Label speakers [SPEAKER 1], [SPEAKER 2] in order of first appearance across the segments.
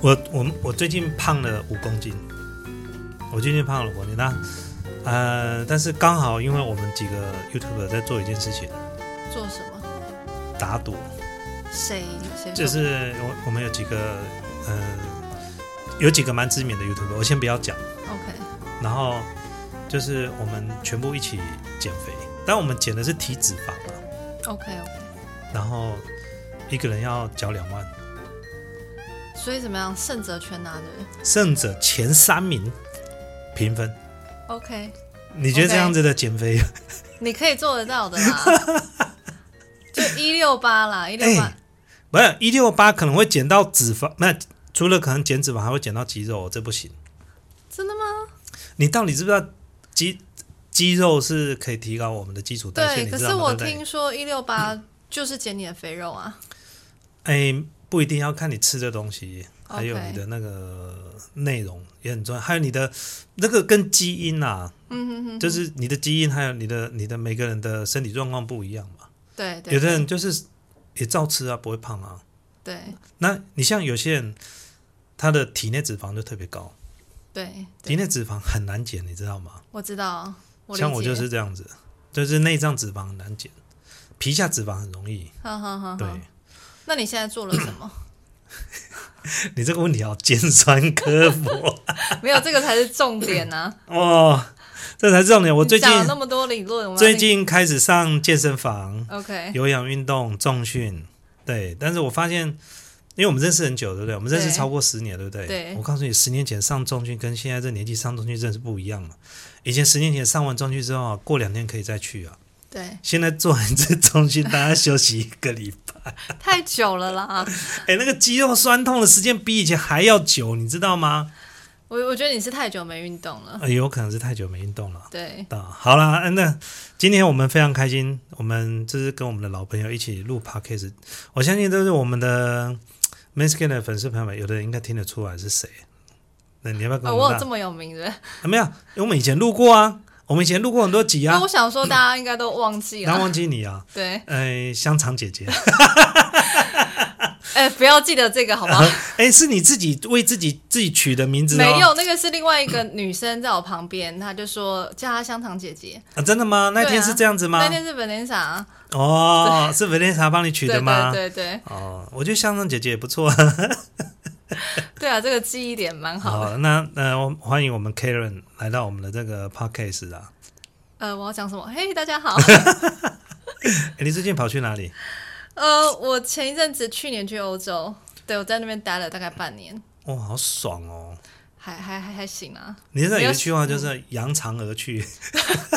[SPEAKER 1] 我我我最近胖了五公斤，我最近胖了五公斤。那呃，但是刚好因为我们几个 YouTuber 在做一件事情，
[SPEAKER 2] 做什么？
[SPEAKER 1] 打赌，
[SPEAKER 2] 谁谁
[SPEAKER 1] 就
[SPEAKER 2] 说
[SPEAKER 1] 是我我们有几个呃，有几个蛮知名的 YouTuber，我先不要讲。
[SPEAKER 2] OK
[SPEAKER 1] 然后就是我们全部一起减肥，但我们减的是体脂肪啊，
[SPEAKER 2] OK OK，
[SPEAKER 1] 然后一个人要缴两万，
[SPEAKER 2] 所以怎么样？胜者全拿的
[SPEAKER 1] 胜者前三名平分。
[SPEAKER 2] OK，
[SPEAKER 1] 你觉得
[SPEAKER 2] OK
[SPEAKER 1] 这样子的减肥
[SPEAKER 2] 你可以做得到的啦。 就一六八啦，一六八
[SPEAKER 1] 哎不是一六八可能会减到脂肪，那除了可能减脂肪，还会减到肌肉，这不行。
[SPEAKER 2] 真的吗？
[SPEAKER 1] 你到底知不知道肌肌肉是可以提高我们的基础代谢？
[SPEAKER 2] 对，
[SPEAKER 1] 你
[SPEAKER 2] 可
[SPEAKER 1] 知
[SPEAKER 2] 是
[SPEAKER 1] 道吗？
[SPEAKER 2] 我
[SPEAKER 1] 对不对
[SPEAKER 2] 听说一六八就是减你的肥肉啊。
[SPEAKER 1] 哎，不一定要看你吃的东西，还有
[SPEAKER 2] OK
[SPEAKER 1] 你的那个内容也很重要，还有你的那个跟基因啊，
[SPEAKER 2] 嗯哼哼，
[SPEAKER 1] 就是你的基因，还有你的你的每个人的身体状况不一样嘛。
[SPEAKER 2] 对对，
[SPEAKER 1] 有的人就是也照吃啊，不会胖啊。
[SPEAKER 2] 对
[SPEAKER 1] 那你像有些人，他的体内脂肪就特别高。
[SPEAKER 2] 对
[SPEAKER 1] 体
[SPEAKER 2] 对，
[SPEAKER 1] 内脂肪很难减，你知道吗？
[SPEAKER 2] 我知道，我理
[SPEAKER 1] 像我
[SPEAKER 2] 解
[SPEAKER 1] 就是，这样子，就是内脏脂肪很难减，皮下脂肪很容易。
[SPEAKER 2] 哈哈哈。
[SPEAKER 1] 对、
[SPEAKER 2] 好那你现在做了什么？
[SPEAKER 1] 你这个问题好尖酸刻薄
[SPEAKER 2] 没有，这个才是重点啊！
[SPEAKER 1] 哦，这才是重 点。我最近
[SPEAKER 2] 你讲了那么多理论，我们要
[SPEAKER 1] 最近开始上健身房、
[SPEAKER 2] OK
[SPEAKER 1] 有氧运动、重训，对。但是我发现，因为我们认识很久，对不对？我们认识
[SPEAKER 2] 对
[SPEAKER 1] 超过十年，对不对？
[SPEAKER 2] 对
[SPEAKER 1] 我告诉你，十年前上重训跟现在这年纪上重训真的是不一样了。以前十年前上完重训之后啊，过两天可以再去啊。
[SPEAKER 2] 对，
[SPEAKER 1] 现在做完这中心，大家休息一个礼 拜。
[SPEAKER 2] 太久了啦！
[SPEAKER 1] 哎，那个肌肉酸痛的时间比以前还要久，你知道吗？
[SPEAKER 2] 我我觉得你是太久没运动了。
[SPEAKER 1] 呃，有可能是太久没运动了。
[SPEAKER 2] 对，
[SPEAKER 1] 啊，好啦，嗯那今天我们非常开心，我们这是跟我们的老朋友一起录 podcast，我相信都是我们的 m a s k i n 的粉丝朋友们，有的人应该听得出来是谁。那你要不要跟
[SPEAKER 2] 哦，
[SPEAKER 1] 我
[SPEAKER 2] 我
[SPEAKER 1] 们
[SPEAKER 2] 有
[SPEAKER 1] 大
[SPEAKER 2] 这、么有名的，
[SPEAKER 1] 啊没有，因为我们以前录过啊，我们以前录过很多集
[SPEAKER 2] 那
[SPEAKER 1] 啊
[SPEAKER 2] 我，想说大家应该都忘记
[SPEAKER 1] 然后
[SPEAKER 2] 了。
[SPEAKER 1] 忘记你啊，
[SPEAKER 2] 对，
[SPEAKER 1] 呃，香肠姐 姐。
[SPEAKER 2] 哎，不要记得这个好 不好？
[SPEAKER 1] 哎，是你自己为自己自己取的名字、哦？
[SPEAKER 2] 没有，那个是另外一个女生在我旁边，她就说叫她香肠姐姐。
[SPEAKER 1] 啊，真的吗？那
[SPEAKER 2] 对
[SPEAKER 1] 天
[SPEAKER 2] 啊
[SPEAKER 1] 是这样子吗？
[SPEAKER 2] 那天是 Vanessa，啊
[SPEAKER 1] 哦，是 Vanessa 帮你取
[SPEAKER 2] 对
[SPEAKER 1] 的
[SPEAKER 2] 对
[SPEAKER 1] 吗？
[SPEAKER 2] 对对
[SPEAKER 1] 哦，我觉得香香姐姐也不错啊。
[SPEAKER 2] 对啊，这个记忆点蛮好的。
[SPEAKER 1] 好，那呃，我欢迎我们 Karen 来到我们的这个 podcast 啊。
[SPEAKER 2] 呃，我要讲什么？嘿，大家 好。
[SPEAKER 1] 哎，你最近跑去哪里？
[SPEAKER 2] 呃，我前一阵子去年去欧洲，对我在那边待了大概半年，
[SPEAKER 1] 哇、好爽哦！
[SPEAKER 2] 还还还还行啊。
[SPEAKER 1] 你这
[SPEAKER 2] 没
[SPEAKER 1] 有
[SPEAKER 2] 有
[SPEAKER 1] 一句话
[SPEAKER 2] 嗯
[SPEAKER 1] 就是“扬长而去”，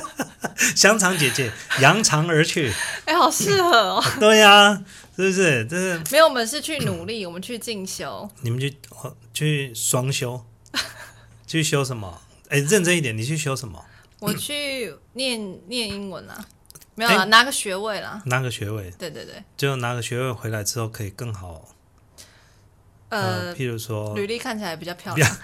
[SPEAKER 1] 香肠姐姐扬长而去。
[SPEAKER 2] 哎、好适合哦。
[SPEAKER 1] 对呀、是不是？这是
[SPEAKER 2] 没有，我们是去努力，我们去进修。
[SPEAKER 1] 你们去哦去双修， 去修什么？哎，认真一点，你去修什么？
[SPEAKER 2] 我去念 念英文啦，没有啦，
[SPEAKER 1] 哎
[SPEAKER 2] 拿个学位啦。
[SPEAKER 1] 拿个学位，
[SPEAKER 2] 对对对，
[SPEAKER 1] 就拿个学位回来之后可以更好。
[SPEAKER 2] 呃，
[SPEAKER 1] 譬如说，
[SPEAKER 2] 履历看起来比较漂亮。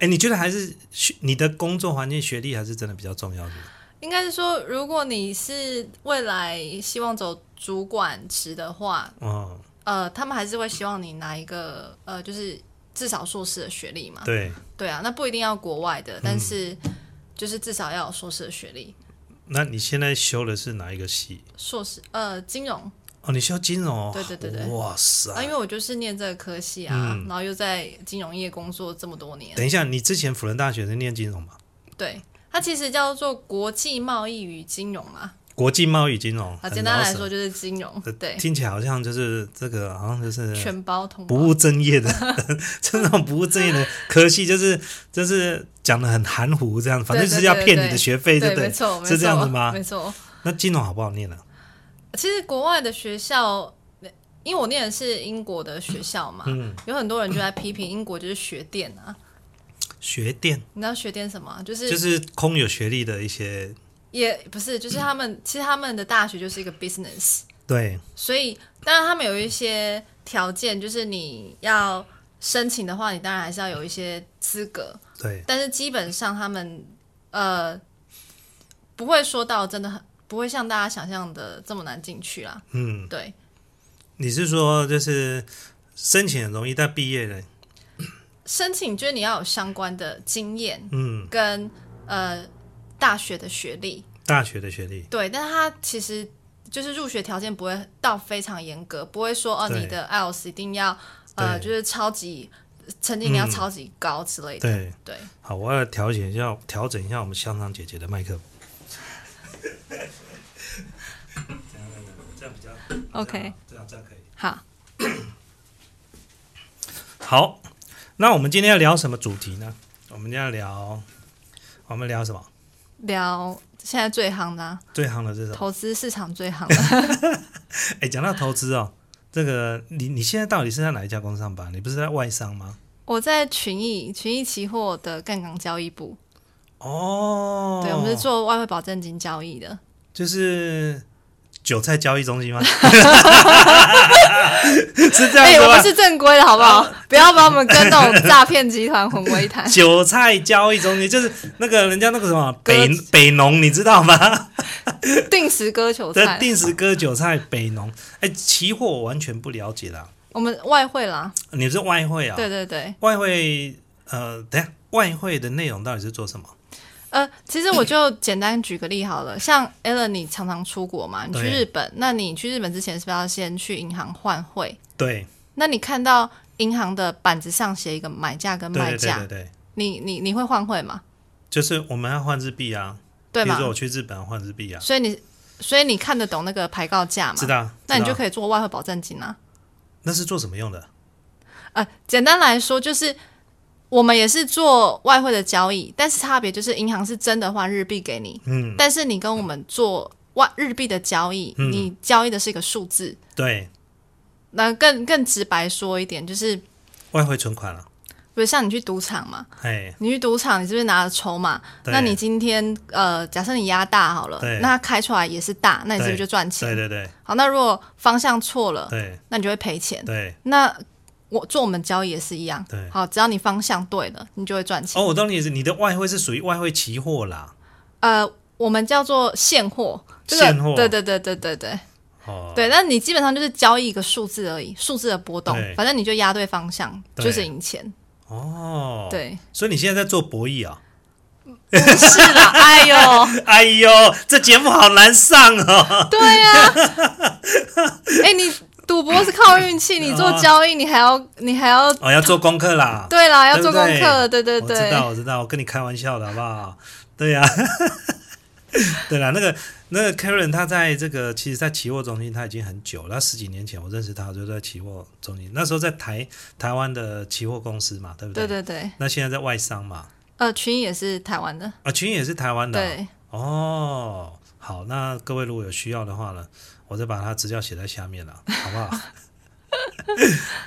[SPEAKER 1] 哎，你觉得还是学你的工作环境、学历还是真的比较重要的？
[SPEAKER 2] 应该是说，如果你是未来希望走主管职的话，
[SPEAKER 1] 嗯，
[SPEAKER 2] 呃，他们还是会希望你拿一个呃，就是至少硕士的学历嘛。
[SPEAKER 1] 对，
[SPEAKER 2] 对嗯啊，那不一定要国外的，但是就是至少要有硕士的学历。
[SPEAKER 1] 那你现在修的是哪一个系？
[SPEAKER 2] 硕士呃，金融
[SPEAKER 1] 哦，你修金融哦？
[SPEAKER 2] 对对对对
[SPEAKER 1] 哇塞！
[SPEAKER 2] 啊，因为我就是念这个科系啊，然后又在金融业工作这么多年，
[SPEAKER 1] 等一下，你之前辅仁大学是念金融吗？
[SPEAKER 2] 对，它其实叫做国际贸易与金融嘛，
[SPEAKER 1] 国际贸易金融，
[SPEAKER 2] 啊，
[SPEAKER 1] 很
[SPEAKER 2] 简单
[SPEAKER 1] 饶
[SPEAKER 2] 来
[SPEAKER 1] 舌
[SPEAKER 2] 说，就是金融，对，
[SPEAKER 1] 听起来好像就是这个，好像就是
[SPEAKER 2] 全包通
[SPEAKER 1] 呃不
[SPEAKER 2] 包。
[SPEAKER 1] 务正业的， 这种不务正 业的科系，就是就是讲的很含糊，这样，反正就是要骗你的学费，对不
[SPEAKER 2] 对，
[SPEAKER 1] 对
[SPEAKER 2] 没？错，没
[SPEAKER 1] 是这样
[SPEAKER 2] 错
[SPEAKER 1] 子吗
[SPEAKER 2] 没错。
[SPEAKER 1] 那金融好不好念呢、啊
[SPEAKER 2] 其实国外的学校，因为我念的是英国的学校嘛，
[SPEAKER 1] 嗯
[SPEAKER 2] 有很多人就在批评英国就是学电啊，
[SPEAKER 1] 学电
[SPEAKER 2] 你知道学电什么啊？就是
[SPEAKER 1] 就是空有学历的一些，
[SPEAKER 2] 也不是，就是他们、其实他们的大学就是一个 business，
[SPEAKER 1] 对，
[SPEAKER 2] 所以当然他们有一些条件，就是你要申请的话，你当然还是要有一些资格，
[SPEAKER 1] 对，
[SPEAKER 2] 但是基本上他们呃不会说到真的很不会像大家想象的这么难进去啦。
[SPEAKER 1] 嗯，
[SPEAKER 2] 对，
[SPEAKER 1] 你是说就是申请很容易，但毕业了
[SPEAKER 2] 申请就是你要有相关的经验
[SPEAKER 1] 嗯，
[SPEAKER 2] 跟呃大学的学历，
[SPEAKER 1] 大学的学历，
[SPEAKER 2] 对，但是它其实就是入学条件不会到非常严格，不会说哦
[SPEAKER 1] 对
[SPEAKER 2] 你的 IELTS 一定要
[SPEAKER 1] 对
[SPEAKER 2] 呃
[SPEAKER 1] 嗯
[SPEAKER 2] 就是超级成绩你要超级高之类的，
[SPEAKER 1] 对，
[SPEAKER 2] 对，
[SPEAKER 1] 好，我要调整一下，调整一下我们香肠姐姐的麦克风。这样比较
[SPEAKER 2] OK
[SPEAKER 1] 这啊样这样可以。
[SPEAKER 2] 好，
[SPEAKER 1] 好，那我们今天要聊什么主题呢？我们今天要聊，我们聊什么？
[SPEAKER 2] 聊现在最夯的啊、
[SPEAKER 1] 最夯的是什么？
[SPEAKER 2] 投资市场最夯的，
[SPEAKER 1] 哎，讲到投资哦，这个你你现在到底是在哪一家公司上班？你不是在外商吗？
[SPEAKER 2] 我在群益群益期货的杠杆交易部，
[SPEAKER 1] 哦，
[SPEAKER 2] 对我们是做外汇保证金交易的，
[SPEAKER 1] 就是韭菜交易中心 吗？是这样
[SPEAKER 2] 哎、
[SPEAKER 1] 子
[SPEAKER 2] 我
[SPEAKER 1] 吗？。
[SPEAKER 2] 们是正规的好不好？不要把我们跟那种诈骗集团混为一谈
[SPEAKER 1] 韭菜交易中心就是那个人家那个什么
[SPEAKER 2] 割
[SPEAKER 1] 北北农，你知道吗？
[SPEAKER 2] 定时割韭
[SPEAKER 1] 对，
[SPEAKER 2] 菜，
[SPEAKER 1] 定时割韭菜北农。哎、期货我完全不了解啦，
[SPEAKER 2] 我们外汇啦，
[SPEAKER 1] 你是外汇啊？
[SPEAKER 2] 对对对，
[SPEAKER 1] 外汇呃，等一下外汇的内容到底是做什么？
[SPEAKER 2] 呃，其实我就简单举个例好了，像 Ellen，你常常出国嘛，你去
[SPEAKER 1] 对
[SPEAKER 2] 日本，那你去日本之前是不是要先去银行换汇？
[SPEAKER 1] 对，
[SPEAKER 2] 那你看到银行的板子上写一个买价跟
[SPEAKER 1] 对
[SPEAKER 2] 卖
[SPEAKER 1] 对对
[SPEAKER 2] 价，
[SPEAKER 1] 对对，
[SPEAKER 2] 你你你会换汇吗？
[SPEAKER 1] 就是我们要换日币啊。
[SPEAKER 2] 对
[SPEAKER 1] 比如
[SPEAKER 2] 吗？
[SPEAKER 1] 说我去日本换日币啊，
[SPEAKER 2] 所以你所以你看得懂那个牌告价嘛？
[SPEAKER 1] 知道？
[SPEAKER 2] 那你
[SPEAKER 1] 知
[SPEAKER 2] 就
[SPEAKER 1] 道
[SPEAKER 2] 可以做外汇保证金啊。
[SPEAKER 1] 那是做什么用的？
[SPEAKER 2] 呃，简单来说就是。我们也是做外汇的交易，但是差别就是银行是真的换日币给你，
[SPEAKER 1] 嗯，
[SPEAKER 2] 但是你跟我们做外日币的交易，
[SPEAKER 1] 嗯
[SPEAKER 2] 你交易的是一个数字。
[SPEAKER 1] 对，
[SPEAKER 2] 那更更直白说一点，就是比
[SPEAKER 1] 外汇存款了、啊。
[SPEAKER 2] 如像你去赌场嘛，
[SPEAKER 1] 哎，
[SPEAKER 2] 你去赌场，你是不是拿了筹码？
[SPEAKER 1] 对
[SPEAKER 2] 那你今天呃，假设你压大好了
[SPEAKER 1] 对，
[SPEAKER 2] 那它开出来也是大，那你是不是就赚
[SPEAKER 1] 对
[SPEAKER 2] 钱？
[SPEAKER 1] 对对
[SPEAKER 2] 好，那如果方向错了，
[SPEAKER 1] 对
[SPEAKER 2] 那你就会赔钱。
[SPEAKER 1] 对。
[SPEAKER 2] 那我做我们交易也是一样
[SPEAKER 1] 对，
[SPEAKER 2] 好，只要你方向对了，你就会赚钱。
[SPEAKER 1] 哦，我懂你意思，你的外汇是属于外汇期货啦。
[SPEAKER 2] 呃，我们叫做现货，这个
[SPEAKER 1] 现货
[SPEAKER 2] 对对对对对对。
[SPEAKER 1] 哦，
[SPEAKER 2] 对，但你基本上就是交易一个数字而已，数字的波动
[SPEAKER 1] 对，
[SPEAKER 2] 反正你就压对方向，
[SPEAKER 1] 对
[SPEAKER 2] 就是赢钱。
[SPEAKER 1] 哦，，
[SPEAKER 2] 对，
[SPEAKER 1] 所以你现在在做博弈啊？
[SPEAKER 2] 不是啦，哎呦，
[SPEAKER 1] 哎呦，这节目好难上哦。
[SPEAKER 2] 对呀、哎、你赌博是靠 运气，你做交易你还要你还要，
[SPEAKER 1] 哦，要做功课啦。
[SPEAKER 2] 对啦，要
[SPEAKER 1] 对
[SPEAKER 2] 做
[SPEAKER 1] 不
[SPEAKER 2] 功
[SPEAKER 1] 对
[SPEAKER 2] 课，对对
[SPEAKER 1] 我知道，
[SPEAKER 2] 对，
[SPEAKER 1] 我知道，我跟你开玩笑的好不好？对呀、 对啦，那个那个 Karen，他在这个其实，在期货中心他已经很久了，他十几年前我认识他，我就在期货中心，那时候在台台湾的期货公司嘛，对不
[SPEAKER 2] 对
[SPEAKER 1] 对
[SPEAKER 2] 对对。
[SPEAKER 1] 那现在在外商嘛，
[SPEAKER 2] 呃，群益也是台湾的，
[SPEAKER 1] 啊，群益也是台湾的啊、
[SPEAKER 2] 对，
[SPEAKER 1] 哦，好，那各位如果有需要的话呢，我再把它资料写在下面了，好不 好？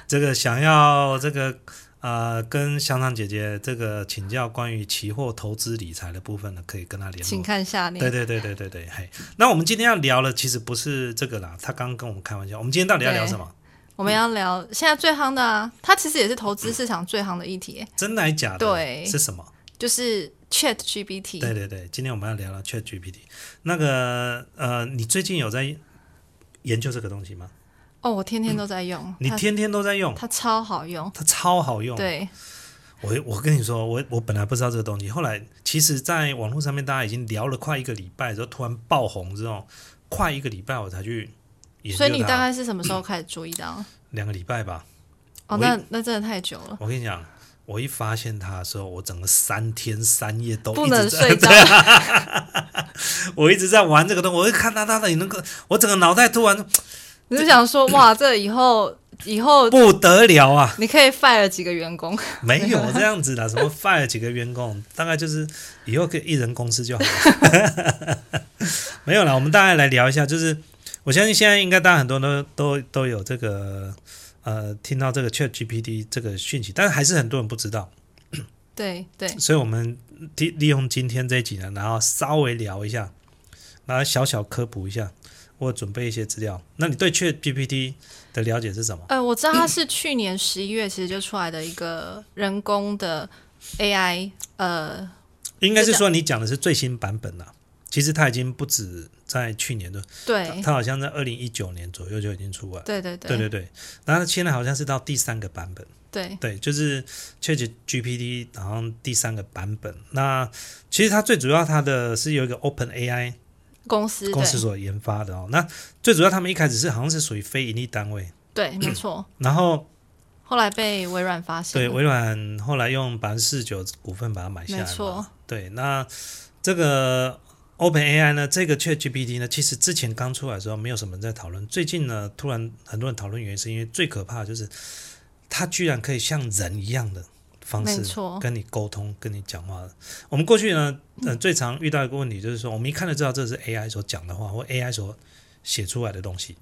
[SPEAKER 1] 这个想要这个呃跟香肠姐姐这个请教关于期货投资理财的部分呢，可以跟她联
[SPEAKER 2] 请
[SPEAKER 1] 络。
[SPEAKER 2] 看下面
[SPEAKER 1] 对。对对对对对，嘿，那我们今天要聊的其实不是这个啦，他刚刚跟我们开玩笑，我们今天到底要聊什么？
[SPEAKER 2] 我
[SPEAKER 1] 嗯
[SPEAKER 2] 们要聊现在最夯的啊，它其实也是投资市场最夯的议题，哎
[SPEAKER 1] 真的还假的？
[SPEAKER 2] 对
[SPEAKER 1] 是什么？
[SPEAKER 2] 就是 Chat GPT。
[SPEAKER 1] 对对对，今天我们要聊聊 ChatGPT。那个呃，你最近有在研究这个东西吗？
[SPEAKER 2] 哦，我天天都在用，
[SPEAKER 1] 嗯你
[SPEAKER 2] 它
[SPEAKER 1] 天天都在用，
[SPEAKER 2] 它超好用。
[SPEAKER 1] 它超好用。
[SPEAKER 2] 对，
[SPEAKER 1] 我我跟你说，我我本来不知道这个东西，后来其实在网络上面大家已经聊了快一个礼拜之后，突然爆红之后，快一个礼拜我才去研
[SPEAKER 2] 所以
[SPEAKER 1] 究
[SPEAKER 2] 你大
[SPEAKER 1] 它，
[SPEAKER 2] 概是什么时候开始注意到？
[SPEAKER 1] 两个礼拜吧。我
[SPEAKER 2] 哦，那那真的太久了，
[SPEAKER 1] 我跟你讲，我一发现它的时候，我整个三天三夜都
[SPEAKER 2] 不
[SPEAKER 1] 一直
[SPEAKER 2] 能
[SPEAKER 1] 在啊
[SPEAKER 2] 睡 觉。
[SPEAKER 1] 我一直在玩这个东西，我一看它到底能够，我整个脑袋突然
[SPEAKER 2] 你就想说， 哇，这以后以后
[SPEAKER 1] 不得了啊！
[SPEAKER 2] 你可以 fire 几个员工，
[SPEAKER 1] 没有这样子的，什么 fire 几个员工，大概就是以后可以一人公司就好了。 没有啦，我们大概来聊一下，就是我相信现在应该大家很多人都都都有这个呃听到这个 Chat GPT 这个讯息，但是还是很多人不知道，
[SPEAKER 2] 对对，
[SPEAKER 1] 所以我们利利用今天这一集呢，然后稍微聊一下，然后小小科普一下，我有准备一些资料。那你对 Chat GPT 的了解是什么？
[SPEAKER 2] 呃，我知道它是去年十一月其实就出来的一个人工的 AI，呃，
[SPEAKER 1] 应该是说你讲的是最新版本啦、其实它已经不止在去年的，它
[SPEAKER 2] 对
[SPEAKER 1] 它好像在二零一九年左右就已经出完。
[SPEAKER 2] 对对
[SPEAKER 1] 对对对，然后现在好像是到第三个版本，
[SPEAKER 2] 对
[SPEAKER 1] 对，就是 Chat GPT 好像第三个版本。那其实它最主要它的是有一个 Open AI
[SPEAKER 2] 公司
[SPEAKER 1] 公司所研发的哦。那最主要他们一开始是好像是属于非盈利单位，
[SPEAKER 2] 对对没错，
[SPEAKER 1] 然后
[SPEAKER 2] 后来被微软发现
[SPEAKER 1] 对
[SPEAKER 2] 了，
[SPEAKER 1] 微软后来用百分之四十九股份把它买下来
[SPEAKER 2] 没
[SPEAKER 1] 嘛，
[SPEAKER 2] 错，
[SPEAKER 1] 对，那这个 Open AI 呢，这个 Chat GPT 呢，其实之前刚出来的时候没有什么人在讨论，最近呢，突然很多人讨论，原因是因为最可怕的就是它居然可以像人一样的方
[SPEAKER 2] 没
[SPEAKER 1] 式
[SPEAKER 2] 错，
[SPEAKER 1] 跟你沟通、跟你讲话。我们过去呢，呃，最常遇到一个问题就是说，我们一看就知道这是 AI 所讲的话或 AI 所写出来的东西。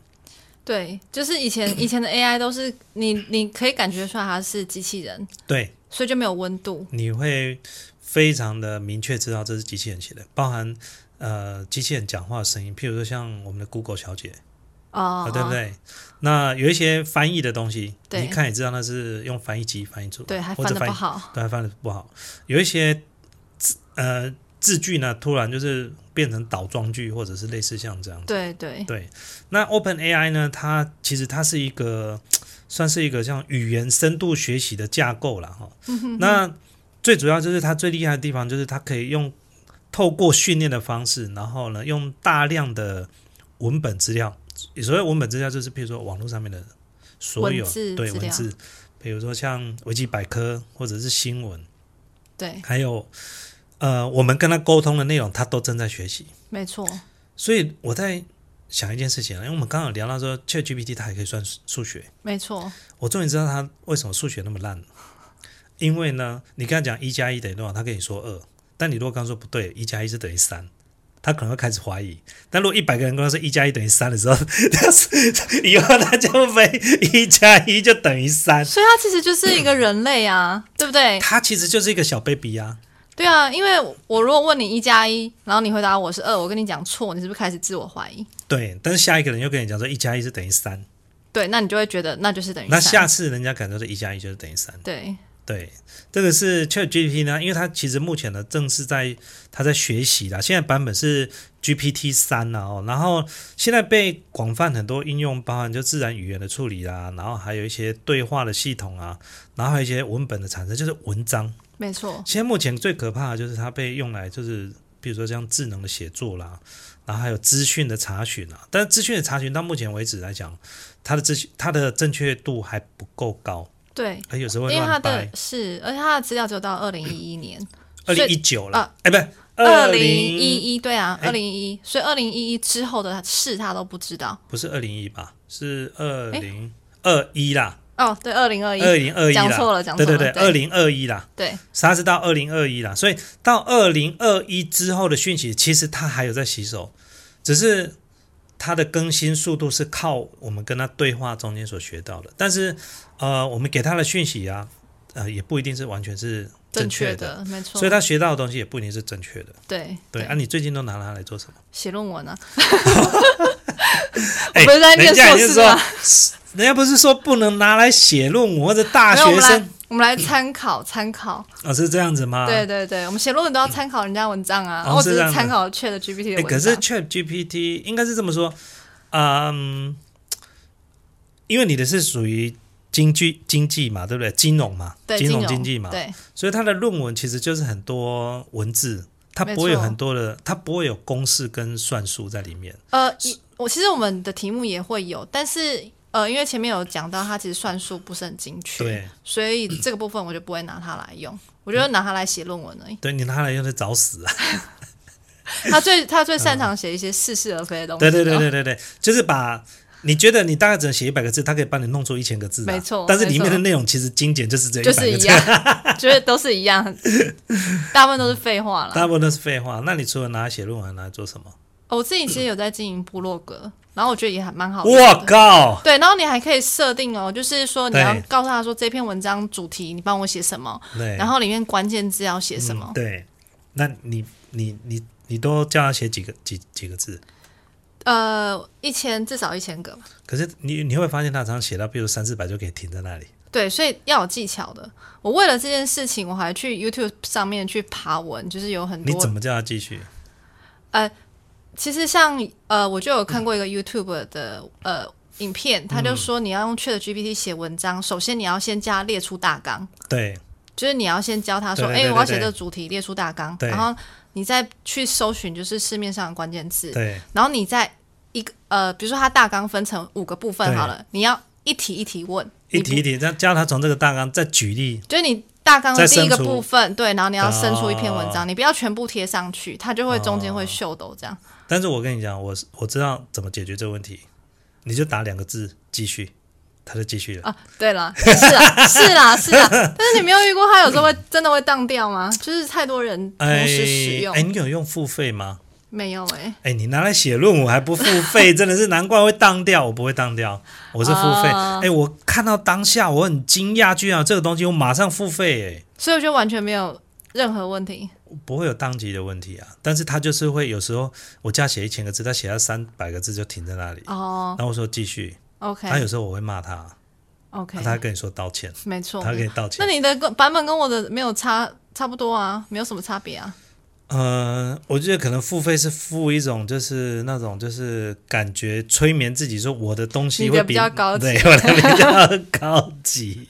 [SPEAKER 2] 对，就是以前以前的 AI 都是你你可以感觉出来它是机器人，
[SPEAKER 1] 对，
[SPEAKER 2] 所以就没有温度，
[SPEAKER 1] 你会非常的明确知道这是机器人写的，包含呃机器人讲话的声音，譬如说像我们的 Google 小姐，
[SPEAKER 2] 啊
[SPEAKER 1] 啊，对不？对？那有一些翻译的东西，
[SPEAKER 2] 对
[SPEAKER 1] 你一看也知道那是用翻译机翻译出来，
[SPEAKER 2] 对，还
[SPEAKER 1] 或
[SPEAKER 2] 翻
[SPEAKER 1] 者
[SPEAKER 2] 的
[SPEAKER 1] 翻
[SPEAKER 2] 不
[SPEAKER 1] 译，
[SPEAKER 2] 好，
[SPEAKER 1] 对，还翻的不好。有一些字呃字句呢，突然就是变成倒装句，或者是类似像这样子。
[SPEAKER 2] 对对
[SPEAKER 1] 对，那 Open AI 呢？它其实它是一个算是一个像语言深度学习的架构了哈。
[SPEAKER 2] 嗯
[SPEAKER 1] 那最主要就是它最厉害的地方，就是它可以用透过训练的方式，然后呢，用大量的文本资料，所谓文本资料就是譬如说网络上面的所有
[SPEAKER 2] 文字
[SPEAKER 1] 对
[SPEAKER 2] 资
[SPEAKER 1] 文
[SPEAKER 2] 料
[SPEAKER 1] 字，比如说像维基百科或者是新闻，
[SPEAKER 2] 对，
[SPEAKER 1] 还有呃我们跟他沟通的内容，他都正在学习。
[SPEAKER 2] 没错，
[SPEAKER 1] 所以我在想一件事情啊，因为我们刚刚有聊到说 ChatGPT 它也可以算数数学，
[SPEAKER 2] 没错，
[SPEAKER 1] 我终于知道它为什么数学那么烂了。因为呢，你跟他讲一加一等于多少，他跟你说二，但你如果刚说不对，一加一是等于三，他可能会开始怀疑。但如果一百个人跟他说一加一等于三的时候， 他是以后他就非一加一就等于三。
[SPEAKER 2] 所以它其实就是一个人类啊，对不对？
[SPEAKER 1] 他其实就是一个小 baby 啊，
[SPEAKER 2] 对啊，因为我如果问你一加一，然后你回答我是二，我跟你讲错，你是不是开始自我怀疑？
[SPEAKER 1] 对。但是下一个人又跟你讲说一加一是等于三，
[SPEAKER 2] 对，那你就会觉得那就是等于
[SPEAKER 1] 那
[SPEAKER 2] 三
[SPEAKER 1] 下次人家敢说这一加一就是等于三。
[SPEAKER 2] 对
[SPEAKER 1] 对，这个是 ChatGPT 呢，因为它其实目前呢正是在它在学习啦，现在版本是 GPT 三啦哦，然后现在被广泛很多应用，包含就自然语言的处理啦，然后还有一些对话的系统啊，然后还有一些文本的产生，就是文章。
[SPEAKER 2] 没错，
[SPEAKER 1] 现在目前最可怕的就是它被用来就是比如说像智能的写作啦，然后还有资讯的查询啦，但是资讯的查询到目前为止来讲，它的资讯它的正确度还不够高，
[SPEAKER 2] 对，
[SPEAKER 1] 还有时候
[SPEAKER 2] 因
[SPEAKER 1] 会
[SPEAKER 2] 为
[SPEAKER 1] 乱
[SPEAKER 2] 它
[SPEAKER 1] 掰
[SPEAKER 2] 的。是，而且它的资料只有到二零一一年，
[SPEAKER 1] 二
[SPEAKER 2] 所
[SPEAKER 1] 零
[SPEAKER 2] 以
[SPEAKER 1] 一九了
[SPEAKER 2] 啊，
[SPEAKER 1] 哎、不不，
[SPEAKER 2] 二零一一对啊，
[SPEAKER 1] 哎
[SPEAKER 2] 二零一一，所以二零一一之后的事他都不知道。
[SPEAKER 1] 不是二零一吧，是二零二一啦，
[SPEAKER 2] 哦，对，二零二一，
[SPEAKER 1] 二零二一啦，
[SPEAKER 2] 讲错了讲
[SPEAKER 1] 对
[SPEAKER 2] 错
[SPEAKER 1] 对
[SPEAKER 2] 了
[SPEAKER 1] 对，二
[SPEAKER 2] 对
[SPEAKER 1] 零二一啦，
[SPEAKER 2] 对
[SPEAKER 1] 它是到二零二一啦，所以到二零二一之后的讯息，其实它还有在洗手，只是它的更新速度是靠我们跟它对话中间所学到的，但是呃，我们给它的讯息啊，呃，也不一定是完全是正
[SPEAKER 2] 正
[SPEAKER 1] 确
[SPEAKER 2] 确
[SPEAKER 1] 的，
[SPEAKER 2] 的，没错
[SPEAKER 1] 所以，它学到的东西也不一定是正确的。
[SPEAKER 2] 对
[SPEAKER 1] 对啊，，你最近都拿它来做什么？
[SPEAKER 2] 写论文啊，
[SPEAKER 1] 哎
[SPEAKER 2] 我不是在
[SPEAKER 1] 人
[SPEAKER 2] 念
[SPEAKER 1] 家
[SPEAKER 2] 硕
[SPEAKER 1] 也是
[SPEAKER 2] 士
[SPEAKER 1] 说
[SPEAKER 2] 啊吗？
[SPEAKER 1] 人家不是说不能拿来写论文或者大
[SPEAKER 2] 没有，
[SPEAKER 1] 学
[SPEAKER 2] 我们来
[SPEAKER 1] 生
[SPEAKER 2] 我们来参考 参考，
[SPEAKER 1] 啊、是这样子吗？
[SPEAKER 2] 对对对，我们写论文都要参考人家文章啊，
[SPEAKER 1] 哦
[SPEAKER 2] 我
[SPEAKER 1] 是这
[SPEAKER 2] 只是
[SPEAKER 1] 样的
[SPEAKER 2] 参考 Chat GPT
[SPEAKER 1] 哎
[SPEAKER 2] 的
[SPEAKER 1] 可
[SPEAKER 2] 文
[SPEAKER 1] 是
[SPEAKER 2] 章，
[SPEAKER 1] Chat GPT 应该是这么说，嗯，因为你的是属于经济经济嘛，对不对？金融嘛，
[SPEAKER 2] 对
[SPEAKER 1] 金融
[SPEAKER 2] 融
[SPEAKER 1] 经济嘛，
[SPEAKER 2] 对
[SPEAKER 1] 所以他的论文其实就是很多文字。它
[SPEAKER 2] 没
[SPEAKER 1] 不会有
[SPEAKER 2] 错
[SPEAKER 1] 很多的，它不会有公式跟算术在里面。
[SPEAKER 2] 呃，一我其实我们的题目也会有，但是呃，因为前面有讲到它其实算术不是很精确，
[SPEAKER 1] 对，
[SPEAKER 2] 所以这个部分我就不会拿它来用，我就拿它来写论文而已。
[SPEAKER 1] 对你拿来用是找死啊！
[SPEAKER 2] 他最他最擅长写一些似是而非的东西。哦
[SPEAKER 1] 对对对，对对对，就是把你觉得你大概只能写一百个字，它可以帮你弄出一千个字、啊，
[SPEAKER 2] 没错
[SPEAKER 1] 但是里面的
[SPEAKER 2] 没错
[SPEAKER 1] 内容其实精简就是这
[SPEAKER 2] 就
[SPEAKER 1] 一百
[SPEAKER 2] 是
[SPEAKER 1] 个
[SPEAKER 2] 一
[SPEAKER 1] 字，
[SPEAKER 2] 样，觉得都是一样，大部分都是废话啦。
[SPEAKER 1] 大部分都是废话。那你除了拿来写论文，还拿来做什么？
[SPEAKER 2] 哦我自己其实有在经营部落格，然后我觉得也还蛮好用
[SPEAKER 1] 我
[SPEAKER 2] 的。
[SPEAKER 1] 靠！
[SPEAKER 2] 对，然后你还可以设定哦，就是说你
[SPEAKER 1] 对
[SPEAKER 2] 要告诉他说这篇文章主题，你帮我写什么，
[SPEAKER 1] 对，
[SPEAKER 2] 然后里面关键字要写什
[SPEAKER 1] 嗯
[SPEAKER 2] 么。
[SPEAKER 1] 对，那你你你你都叫他写几个几几个字？嗯
[SPEAKER 2] 呃，一千至少一千个吧。
[SPEAKER 1] 可是你你会发现他常常写到，比如三四百就可以停在那里。
[SPEAKER 2] 对，所以要有技巧的。我为了这件事情，我还去 YouTube 上面去爬文，就是有很
[SPEAKER 1] 你
[SPEAKER 2] 多
[SPEAKER 1] 怎么叫他继续？
[SPEAKER 2] 呃，其实像呃，我就有看
[SPEAKER 1] 嗯
[SPEAKER 2] 过一个 YouTube 的呃影片，他就说你要用 Chat GPT 写文章，首先你要先加列出大纲，
[SPEAKER 1] 对
[SPEAKER 2] 就是你要先教他说，
[SPEAKER 1] 对
[SPEAKER 2] 哎、
[SPEAKER 1] 对对
[SPEAKER 2] 我要写
[SPEAKER 1] 对
[SPEAKER 2] 这个主题，列出大纲，
[SPEAKER 1] 对
[SPEAKER 2] 然后你再去搜寻就是市面上的关键字，
[SPEAKER 1] 对
[SPEAKER 2] 然后你再一个呃，比如说它大纲分成五个部分
[SPEAKER 1] 对
[SPEAKER 2] 好了，你要一题一题问，
[SPEAKER 1] 一
[SPEAKER 2] 你不
[SPEAKER 1] 题一题，再教他从这个大纲再举例，
[SPEAKER 2] 就是你大纲的
[SPEAKER 1] 再
[SPEAKER 2] 第一个
[SPEAKER 1] 生出
[SPEAKER 2] 部分，对，然后你要生出一篇文
[SPEAKER 1] 哦
[SPEAKER 2] 章，你不要全部贴上去，它就会中间
[SPEAKER 1] 啊
[SPEAKER 2] 会秀逗这样。
[SPEAKER 1] 但是我跟你讲，我是我知道怎么解决这个问题，你就打两个字“继续”，他就继续了。
[SPEAKER 2] 啊，对了，是啊， 是啦，是啦，但是你没有遇过他有时候会真的会当掉吗？就是太多人同
[SPEAKER 1] 哎
[SPEAKER 2] 时使用，
[SPEAKER 1] 哎，你有用付费吗？
[SPEAKER 2] 没有哎、
[SPEAKER 1] 哎，你拿来写论文还不付费，真的是难怪会当掉。我不会当掉，我是付费。
[SPEAKER 2] 啊
[SPEAKER 1] 哎，我看到当下我很惊讶，居然有这个东西我马上付费，
[SPEAKER 2] 所以我就完全没有任何问题。
[SPEAKER 1] 哎，不会有当机的问题啊。但是他就是会有时候我叫他写一千个字，他写到三百个字就停在那里，
[SPEAKER 2] 哦
[SPEAKER 1] 然后我说继续，
[SPEAKER 2] ，OK，
[SPEAKER 1] 哎他有时候我会骂他，
[SPEAKER 2] OK，
[SPEAKER 1] 那他跟你说道歉，
[SPEAKER 2] 没错
[SPEAKER 1] 他。跟你道歉
[SPEAKER 2] 那。你的跟版本跟我的没有差差不多啊，没有什么差别啊。
[SPEAKER 1] 呃，我觉得可能付费是付一种，就是那种就是感觉催眠自己，说我的东西
[SPEAKER 2] 你的
[SPEAKER 1] 会
[SPEAKER 2] 比较高级
[SPEAKER 1] 对，我的比较高级。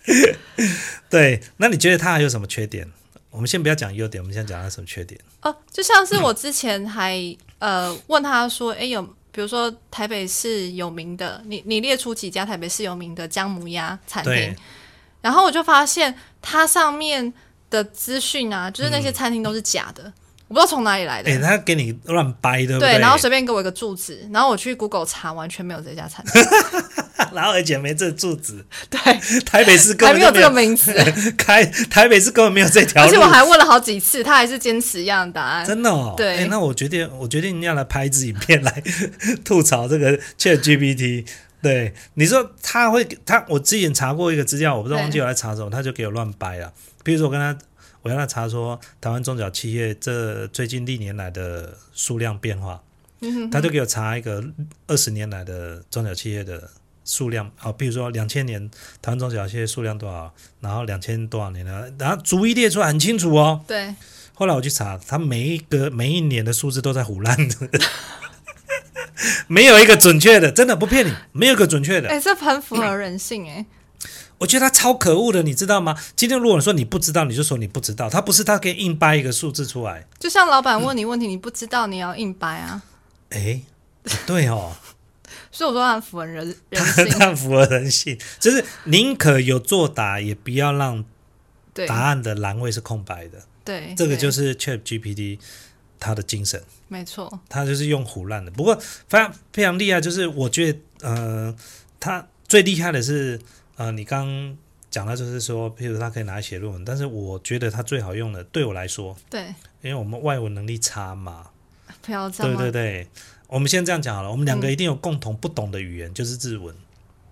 [SPEAKER 1] 对，那你觉得它还有什么缺点？我们先不要讲优点，我们先讲它什么缺点。
[SPEAKER 2] 哦，就像是我之前还、呃问他说，哎有。比如说台北市有名的，你你列出几家台北市有名的姜母鸭餐厅
[SPEAKER 1] 对，，
[SPEAKER 2] 然后我就发现它上面的资讯啊，就是那些餐厅都是假的，我不知道从哪里来的。
[SPEAKER 1] 嗯哎，它给你乱掰，对不
[SPEAKER 2] 对，然后
[SPEAKER 1] 对
[SPEAKER 2] 随便给我一个住址，然后我去 Google 查，完全没有这家 餐厅，
[SPEAKER 1] 然后而且没这住址，
[SPEAKER 2] 对，
[SPEAKER 1] 台北市根
[SPEAKER 2] 还
[SPEAKER 1] 本就
[SPEAKER 2] 没有
[SPEAKER 1] 没
[SPEAKER 2] 这个名字，
[SPEAKER 1] 开，台北市根本没有这条
[SPEAKER 2] 而
[SPEAKER 1] 路。
[SPEAKER 2] 且我还问了好几次，他还是坚持一样的答案。
[SPEAKER 1] 真的哦，
[SPEAKER 2] 啊对
[SPEAKER 1] 诶那我决定，我决定要来拍一支影片来 吐槽这个 Chat GPT。对，你说他会，他我之前查过一个资料，我不知道
[SPEAKER 2] 对
[SPEAKER 1] 忘记我在查什么，他就给我乱掰了。比如说我跟他，我让他查说台湾中小企业这最近历年来的数量变化，
[SPEAKER 2] 嗯哼，
[SPEAKER 1] 他就给我查一个二十年来的中小企业的数量啊，比如说两千年台湾中小企业数量多少，然后两千多少年了，然后逐一列出来很清楚哦。
[SPEAKER 2] 对，
[SPEAKER 1] 后来我去查，他每一个每一年的数字都在胡乱的， 没有一个准确的，真的不骗你，没有一个准确的。
[SPEAKER 2] 哎、这很符合人性哎、
[SPEAKER 1] 我觉得他超可恶的，你知道吗？今天如果你说你不知道，你就说你不知道，他不是他给你硬掰一个数字出来，
[SPEAKER 2] 就像老板问你问题，你不知道，你要硬掰啊。
[SPEAKER 1] 诶，不对 哦，
[SPEAKER 2] 所以我说他很符合人人
[SPEAKER 1] 他
[SPEAKER 2] 性，
[SPEAKER 1] 他符合人性，就是宁可有作答，也不要让
[SPEAKER 2] 对
[SPEAKER 1] 答案的栏位是空白的。
[SPEAKER 2] 对，
[SPEAKER 1] 这个
[SPEAKER 2] 对
[SPEAKER 1] 就是 Chat GPT 它的精神。
[SPEAKER 2] 没错，
[SPEAKER 1] 他就是用胡乱的。不过非常非常厉害，就是我觉得呃，他最厉害的是呃，你刚讲到就是说，譬如他可以拿来写论文，但是我觉得他最好用的，对我来说，
[SPEAKER 2] 对，
[SPEAKER 1] 因为我们外文能力差嘛，
[SPEAKER 2] 不要这样
[SPEAKER 1] 对
[SPEAKER 2] 吗，
[SPEAKER 1] 对对。我们先这样讲好了，我们两个
[SPEAKER 2] 嗯
[SPEAKER 1] 一定有共同不懂的语言，就是日文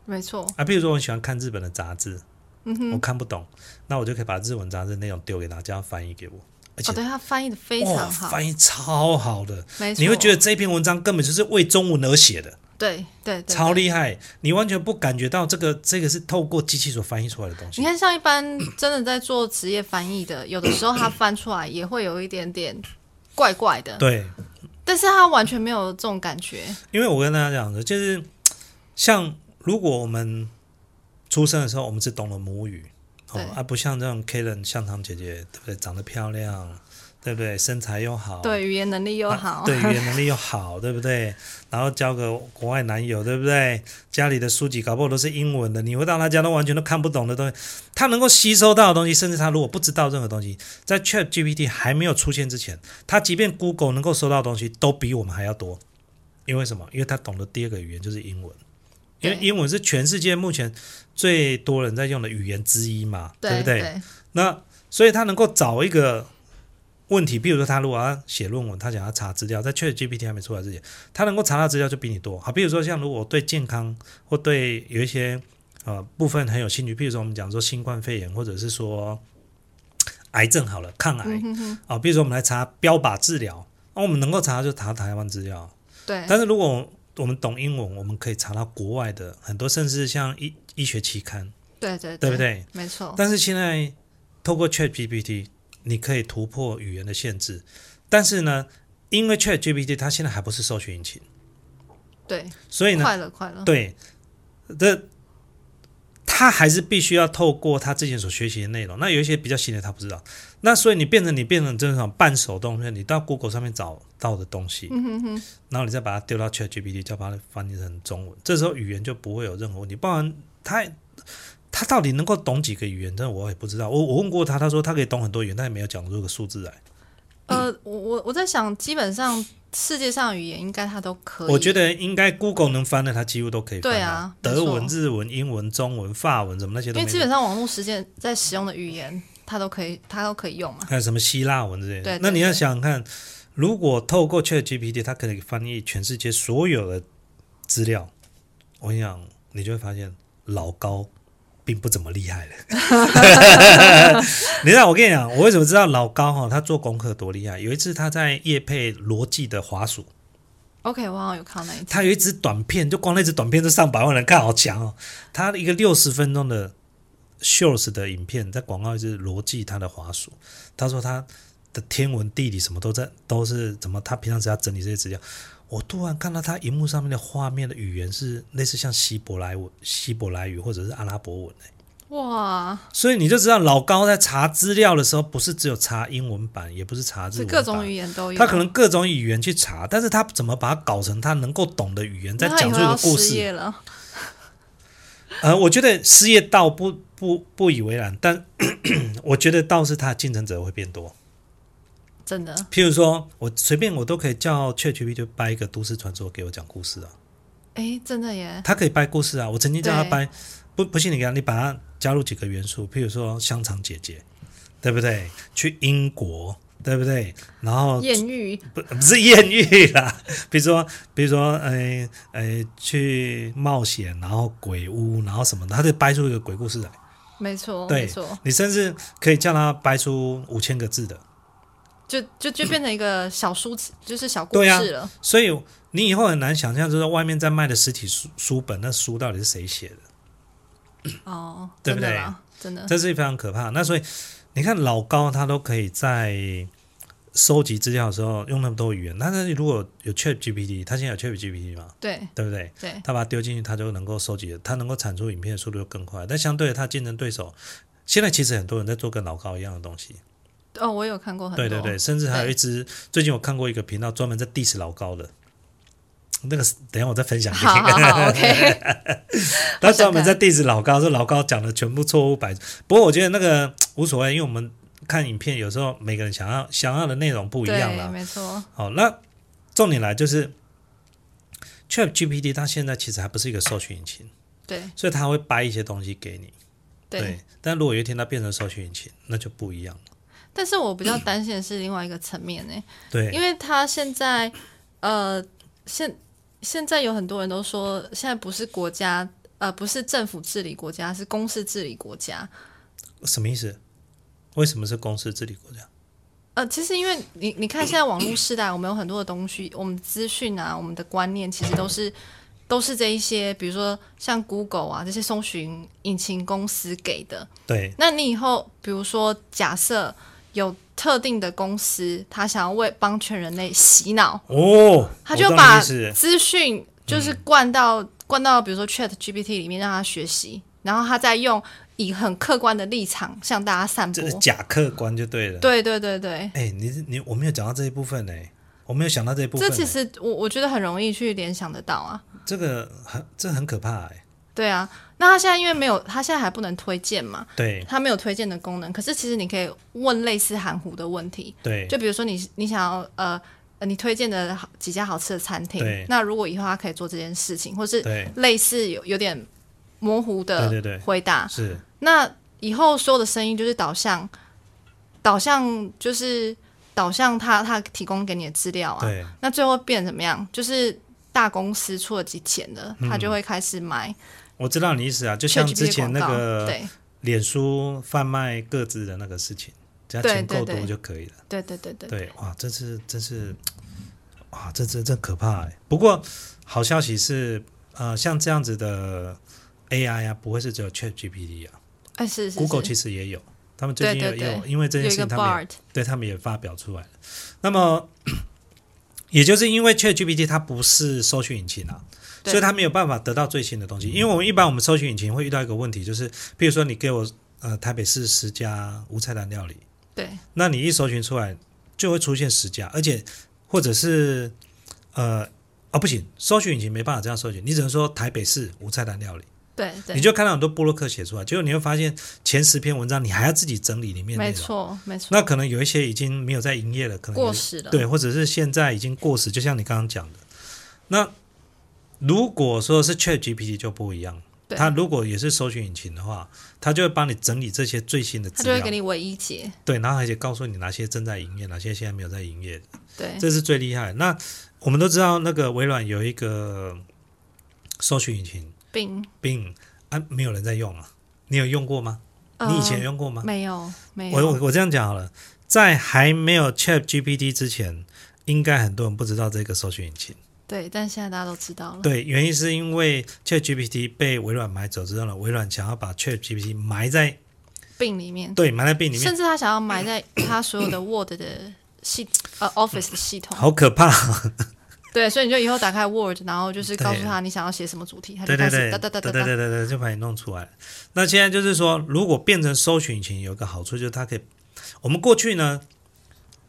[SPEAKER 2] 没错，
[SPEAKER 1] 啊。譬如说，我喜欢看日本的杂志，
[SPEAKER 2] 嗯哼，
[SPEAKER 1] 我
[SPEAKER 2] 哦，
[SPEAKER 1] 看不懂，那我就可以把日文杂志内容丢给他，叫他翻译给我，而且、
[SPEAKER 2] 哦对他翻译的非
[SPEAKER 1] 哇，
[SPEAKER 2] 常好，
[SPEAKER 1] 翻译超好的，
[SPEAKER 2] 没错，
[SPEAKER 1] 你会觉得这篇文章根本就是为中文而写的。
[SPEAKER 2] 对对对，
[SPEAKER 1] 超厉害！你完全不感觉到这个这个是透过机器所翻译出来的东
[SPEAKER 2] 你
[SPEAKER 1] 西。
[SPEAKER 2] 看，像一般真的在做职业翻译的，有的时候他翻出来也会有一点点怪怪的，
[SPEAKER 1] 对，
[SPEAKER 2] 但是他完全没有这种感觉。
[SPEAKER 1] 因为我跟大家讲的，就是像如果我们出生的时候，我们只懂了母语，哦
[SPEAKER 2] 对，
[SPEAKER 1] 而、不像这种 Karen 向堂姐姐，对不对？长得漂亮，对不对？身材又好，
[SPEAKER 2] 对，语言能力又
[SPEAKER 1] 哦啊
[SPEAKER 2] 好，
[SPEAKER 1] 对，语言能力又好，对不对？然后交个国外男友，对不对？家里的书籍搞不好都是英文的，你会到他家都完全都看不懂的东西，他能够吸收到的东西，甚至他如果不知道任何东西，在 Chat GPT 还没有出现之前，他即便 Google 能够收到的东西，都比我们还要多。因为什么？因为他懂得第二个语言就是英文，因为
[SPEAKER 2] 对
[SPEAKER 1] 英文是全世界目前最多人在用的语言之一嘛，对
[SPEAKER 2] 对
[SPEAKER 1] 不对？那所以他能够找一个问题，比如说他如果要写论文，他想要查资料，在 Chat GPT 还没出来之前，他能够查到资料就比你多。好，比如说像如果我对健康或对有一些呃部分很有兴趣，譬如说我们讲说新冠肺炎，或者是说癌症好了，抗癌啊、
[SPEAKER 2] 嗯哼哼，
[SPEAKER 1] 比如说我们来查标靶治疗，啊那、我们能够查就查台湾资料。
[SPEAKER 2] 对，
[SPEAKER 1] 但是如果我们懂英文，我们可以查到国外的很多，甚至像医医学期刊，
[SPEAKER 2] 对对
[SPEAKER 1] 对不？对？
[SPEAKER 2] 没错，
[SPEAKER 1] 但是现在透过 Chat GPT，你可以突破语言的限制，但是呢，因为 Chat GPT 它现在还不是搜索引擎，
[SPEAKER 2] 对，
[SPEAKER 1] 所以呢，
[SPEAKER 2] 快了快了，
[SPEAKER 1] 对，这他还是必须要透过他之前所学习的内容。那有一些比较新的他不知道，那所以你变成你变成这种半手动，就是你到 Google 上面找到的东西，
[SPEAKER 2] 嗯哼哼，
[SPEAKER 1] 然后你再把它丢到 ChatGPT，就把它翻译成中文，这时候语言就不会有任何问题。不然他他到底能够懂几个语言，真的我也不知道。我我问过他，他说他可以懂很多语言，但也没有讲出个数字来。
[SPEAKER 2] 呃，我我我在想，基本上世界上的语言应该它都可以，
[SPEAKER 1] 我觉得应该 Google 能翻的，它几乎都可以翻、
[SPEAKER 2] 对啊没
[SPEAKER 1] 德
[SPEAKER 2] 错
[SPEAKER 1] 文、日文、英文、中文、法文什么那些
[SPEAKER 2] 因
[SPEAKER 1] 都
[SPEAKER 2] 为
[SPEAKER 1] 没
[SPEAKER 2] 基
[SPEAKER 1] 有。
[SPEAKER 2] 本上网络实践在使用的语言，它都可以，它都可以用嘛。
[SPEAKER 1] 还有什么希腊文之类的。
[SPEAKER 2] 对对
[SPEAKER 1] 那你要
[SPEAKER 2] 对
[SPEAKER 1] 想想看，如果透过 Chat GPT，它可以翻译全世界所有的资料，我跟你讲，你就会发现老高并不怎么厉害了。 你知道我跟你讲，我为什么知道老高哈、他做功课多厉害？有一次他在夜配逻辑的滑鼠，
[SPEAKER 2] OK，我好像有看到那一集，
[SPEAKER 1] 他有一支短片，就光那支短片就上百万人看，好强哦！他一个六十分钟的 shorts 的影片，在广告一只逻辑他的滑鼠，他说他的天文地理什么都在，都是怎么他平常只要整理这些资料。我突然看到他荧幕上面的画面的语言是类似像希伯来文、希伯来语或者是阿拉伯文、欸
[SPEAKER 2] 哇，
[SPEAKER 1] 所以你就知道老高在查资料的时候，不是只有查英文版，也不是查日
[SPEAKER 2] 是
[SPEAKER 1] 文
[SPEAKER 2] 各
[SPEAKER 1] 版，
[SPEAKER 2] 种语言都
[SPEAKER 1] 哦
[SPEAKER 2] 有。
[SPEAKER 1] 他可能各种语言去查，但是他怎么把它搞成他能够懂的语言，再
[SPEAKER 2] 那他
[SPEAKER 1] 讲
[SPEAKER 2] 以
[SPEAKER 1] 述一
[SPEAKER 2] 后
[SPEAKER 1] 个
[SPEAKER 2] 要
[SPEAKER 1] 故
[SPEAKER 2] 失
[SPEAKER 1] 事。
[SPEAKER 2] 业了，
[SPEAKER 1] 呃，我觉得失业倒不不不以为然，但 我觉得倒是他的竞争者会变多。
[SPEAKER 2] 真的
[SPEAKER 1] 譬如说，我随便我都可以叫 ChatGPT 掰一个都市传说给我讲故事啊，
[SPEAKER 2] 哎，真的耶，
[SPEAKER 1] 他可以掰故事啊。我曾经叫他
[SPEAKER 2] 对
[SPEAKER 1] 掰，不不信你给他，你把它加入几个元素，譬如说香肠姐姐，对不对？去英国，对不对？然后
[SPEAKER 2] 艳遇
[SPEAKER 1] 不不是艳遇啦， 比如说比如说呃呃去冒险，然后鬼屋，然后什么的，他就掰出一个鬼故事来。
[SPEAKER 2] 没错，
[SPEAKER 1] 对
[SPEAKER 2] 没错，
[SPEAKER 1] 你甚至可以叫他掰出五千个字的。
[SPEAKER 2] 就就就变成一个小书，就是小故
[SPEAKER 1] 对啊
[SPEAKER 2] 事了。
[SPEAKER 1] 所以你以后很难想象，就是外面在卖的实体书书本，那书到底是谁写的？
[SPEAKER 2] 哦，
[SPEAKER 1] 对不
[SPEAKER 2] 真的
[SPEAKER 1] 对
[SPEAKER 2] 啦？真的，
[SPEAKER 1] 这是非常可怕。那所以你看老高他都可以在收集资料的时候用那么多语言，那那如果有 Chat GPT，他现在有 Chat GPT 嘛，
[SPEAKER 2] 对
[SPEAKER 1] 对不对？
[SPEAKER 2] 对，
[SPEAKER 1] 他把它丢进去，他就能够收集，他能够产出影片的速度就更快。但相对的，他竞争对手现在其实很多人在做跟老高一样的东西，
[SPEAKER 2] 哦，我有看过很多，
[SPEAKER 1] 对对对，，甚至还有
[SPEAKER 2] 对
[SPEAKER 1] 一支最近我看过一个频道专门在 diss 老高的，那个是等一下我再分享给
[SPEAKER 2] 好好
[SPEAKER 1] 你。
[SPEAKER 2] 好，OK，
[SPEAKER 1] 他专门在 diss 老高，说老高讲的全部错误百出。不过我觉得那个无所谓，因为我们看影片有时候每个人想要想要的内容不一样
[SPEAKER 2] 对，
[SPEAKER 1] 啦。
[SPEAKER 2] 没错，
[SPEAKER 1] 好，那重点来就是 Chat GPT 它现在其实还不是一个搜寻引擎，
[SPEAKER 2] 对
[SPEAKER 1] 所以它会掰一些东西给你。
[SPEAKER 2] 对。
[SPEAKER 1] 但如果有一天它变成搜寻引擎，那就不一样了。
[SPEAKER 2] 但是我比较担心的是另外一个层面呢，因
[SPEAKER 1] 对，
[SPEAKER 2] 为他现在，呃，现现在有很多人都说，现在不是国家，呃，不是政府治理国家，是公司治理国家。
[SPEAKER 1] 什么意思？为什么是公司治理国家？
[SPEAKER 2] 呃，其实因为你你看现在网络时代，我们有很多的东西， 我们资讯啊，我们的观念其实都是都是这一些，比如说像 Google 啊这些搜寻引擎公司给的。
[SPEAKER 1] 对
[SPEAKER 2] 那你以后比如说假设有特定的公司，他想要为帮全人类洗脑，
[SPEAKER 1] 哦，
[SPEAKER 2] 他
[SPEAKER 1] 我
[SPEAKER 2] 就
[SPEAKER 1] 懂你
[SPEAKER 2] 把
[SPEAKER 1] 意思
[SPEAKER 2] 资
[SPEAKER 1] 嗯
[SPEAKER 2] 讯就是灌到、灌到，比如说 Chat GPT 里面让他学习，然后他再用以很客观的立场向大家散播
[SPEAKER 1] 这。是假客观就对了。
[SPEAKER 2] 对对对对，
[SPEAKER 1] 哎、你你我没有讲到这一部分呢、我没有想到这一部分
[SPEAKER 2] 这
[SPEAKER 1] 呢、
[SPEAKER 2] 其实我我觉得很容易去联想得到啊。
[SPEAKER 1] 这个很这很可怕哎、
[SPEAKER 2] 对啊，那他现在因为没有，他现在还不能推荐嘛，
[SPEAKER 1] 对
[SPEAKER 2] 他没有推荐的功能。可是其实你可以问类似含糊的问题，
[SPEAKER 1] 对
[SPEAKER 2] 就比如说你你想要呃。呃你推荐的好几家好吃的餐厅
[SPEAKER 1] 对，
[SPEAKER 2] 那如果以后他可以做这件事情，或是
[SPEAKER 1] 对，
[SPEAKER 2] 类似有有点模糊的
[SPEAKER 1] 对对对
[SPEAKER 2] 回答，
[SPEAKER 1] 是
[SPEAKER 2] 那以后所有的声音就是导向，导向就是导向他他提供给你的资料啊。
[SPEAKER 1] 对
[SPEAKER 2] 那最后变怎么样？就是大公司出了几钱的，他就会开始买
[SPEAKER 1] 我知道你意思啊，嗯就像
[SPEAKER 2] ChatGPT
[SPEAKER 1] 之前那
[SPEAKER 2] 广告
[SPEAKER 1] 个
[SPEAKER 2] 对
[SPEAKER 1] 脸书贩卖各自的那个事情，只要
[SPEAKER 2] 对
[SPEAKER 1] 钱够
[SPEAKER 2] 对
[SPEAKER 1] 多
[SPEAKER 2] 对
[SPEAKER 1] 就可以了。
[SPEAKER 2] 对对对对，
[SPEAKER 1] 对，哇，这是真是，哇，这这这可怕哎、不过好消息是，呃，像这样子的 AI 啊，不会是只有 ChatGPT 啊
[SPEAKER 2] 哎是是是
[SPEAKER 1] ，Google 其实也有，他们最近
[SPEAKER 2] 对
[SPEAKER 1] 也
[SPEAKER 2] 对
[SPEAKER 1] 也有，
[SPEAKER 2] 对
[SPEAKER 1] 因为这
[SPEAKER 2] 有
[SPEAKER 1] 件事
[SPEAKER 2] 一个
[SPEAKER 1] 情他们也
[SPEAKER 2] Bard，
[SPEAKER 1] 对他们也发表出来了。那么也就是因为 ChatGPT 它不是搜索引擎啊，
[SPEAKER 2] 对
[SPEAKER 1] 所以它没有办法得到最新的东西。因为我们一般我们搜索引擎会遇到一个问题，就是譬如说你给我呃台北市十家无菜单料理，
[SPEAKER 2] 对
[SPEAKER 1] 那你一搜寻出来就会出现十家，而且或者是呃哦不行，搜索引擎没办法这样搜寻，你只能说台北市无菜单料理，
[SPEAKER 2] 对
[SPEAKER 1] 你
[SPEAKER 2] 对，
[SPEAKER 1] 就看到很多布洛克写出来，结果你会发现前十篇文章你还要自己整理里面的内
[SPEAKER 2] 没
[SPEAKER 1] 容。
[SPEAKER 2] 错没错，
[SPEAKER 1] 那可能有一些已经没有在营业了，可能有
[SPEAKER 2] 过时了。
[SPEAKER 1] 对，或者是现在已经过时，就像你刚刚讲的。那如果说是 Chat GPT 就不一样，
[SPEAKER 2] 对
[SPEAKER 1] 它如果也是搜索引擎的话，它就会帮你整理这些最新的
[SPEAKER 2] 他
[SPEAKER 1] 资
[SPEAKER 2] 就会
[SPEAKER 1] 料
[SPEAKER 2] 给，你唯一解。
[SPEAKER 1] 对，然后而且告诉你哪些正在营业，哪些现在没有在营业，
[SPEAKER 2] 对
[SPEAKER 1] 这是最厉害。那我们都知道，那个微软有一个搜索引擎
[SPEAKER 2] 并
[SPEAKER 1] Bing 啊，没有人在用啊，你有用过吗？
[SPEAKER 2] 呃
[SPEAKER 1] 你以前有用过吗？
[SPEAKER 2] 没有没
[SPEAKER 1] 我我
[SPEAKER 2] 有，
[SPEAKER 1] 我这样讲好了，在还没有 Chat GPT 之前，应该很多人不知道这个搜索引擎。
[SPEAKER 2] 对，但现在大家都知道了。
[SPEAKER 1] 对，原因是因为 Chat GPT 被微软买走之后呢，微软想要把 Chat GPT 埋在
[SPEAKER 2] 病里面，
[SPEAKER 1] 对埋在 Bing 里面，
[SPEAKER 2] 嗯甚至他想要埋在 他所有的 Word 的系呃 Office 的系统。
[SPEAKER 1] 好可怕。
[SPEAKER 2] 对，所以你就以后打开 Word，然后就是
[SPEAKER 1] 对
[SPEAKER 2] 告诉他你想要写什么主题，他
[SPEAKER 1] 对
[SPEAKER 2] 就
[SPEAKER 1] 对
[SPEAKER 2] 开
[SPEAKER 1] 对
[SPEAKER 2] 始
[SPEAKER 1] 对
[SPEAKER 2] 哒
[SPEAKER 1] 对
[SPEAKER 2] 哒哒
[SPEAKER 1] 对
[SPEAKER 2] 哒
[SPEAKER 1] 对
[SPEAKER 2] 哒。
[SPEAKER 1] 对对，就把你弄出来了。那现在就是说，如果变成搜寻引擎，有一个好处就是它可以，我们过去呢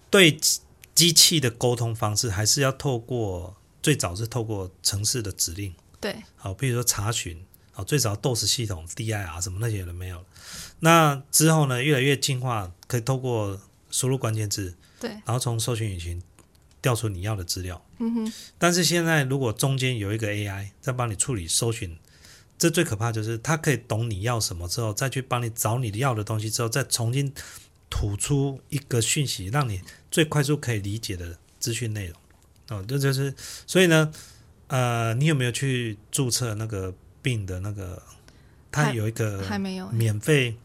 [SPEAKER 1] 对机机器的沟通方式还是要透过最早是透过城市的指令。
[SPEAKER 2] 对
[SPEAKER 1] 好，比如说查询，好，最早 DOS 系统、DIR 什么那些都没有了。那之后呢，越来越进化，可以透过输入关键字，
[SPEAKER 2] 对，
[SPEAKER 1] 然后从搜寻引擎调出你要的资料。
[SPEAKER 2] 嗯哼，
[SPEAKER 1] 但是现在如果中间有一个 AI 在帮你处理搜寻，这最可怕就是它可以懂你要什么之后，再去帮你找你要的东西之后，再重新吐出一个讯息，让你最快速可以理解的资讯内容。哦，这就是所以呢，呃，你有没有去注册那个病的那个？它
[SPEAKER 2] 还
[SPEAKER 1] 有一个
[SPEAKER 2] 还没有欸。
[SPEAKER 1] 免费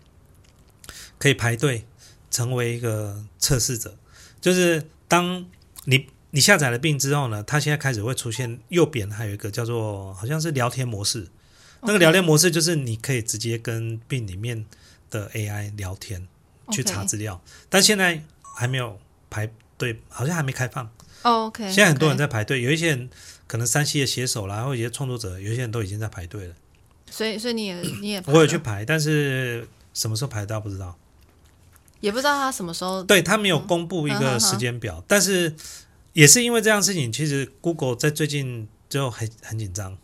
[SPEAKER 1] 可以排队成为一个测试者，就是当你你下载了病之后呢，它现在开始会出现右边还有一个叫做好像是聊天模式，那个聊天模式就是你可以直接跟病里面的 AI 聊天去查
[SPEAKER 2] OK
[SPEAKER 1] 资料，但现在还没有排队，好像还没开放。
[SPEAKER 2] 哦 OK，
[SPEAKER 1] 现在很多人
[SPEAKER 2] 在，
[SPEAKER 1] 在排队，有一些人可能山西的写手啦，或者一些创作者，有一些人都已经在排队了。
[SPEAKER 2] 所以所以你也你也
[SPEAKER 1] 我有
[SPEAKER 2] 怕
[SPEAKER 1] 去
[SPEAKER 2] 了，
[SPEAKER 1] 排，但是什么时候排到不知道。
[SPEAKER 2] 也不知道他什么时候
[SPEAKER 1] 对他没
[SPEAKER 2] 嗯
[SPEAKER 1] 有公布一个时间表，但是也是因为这样的事情，其实 Google 在最近就很很紧张。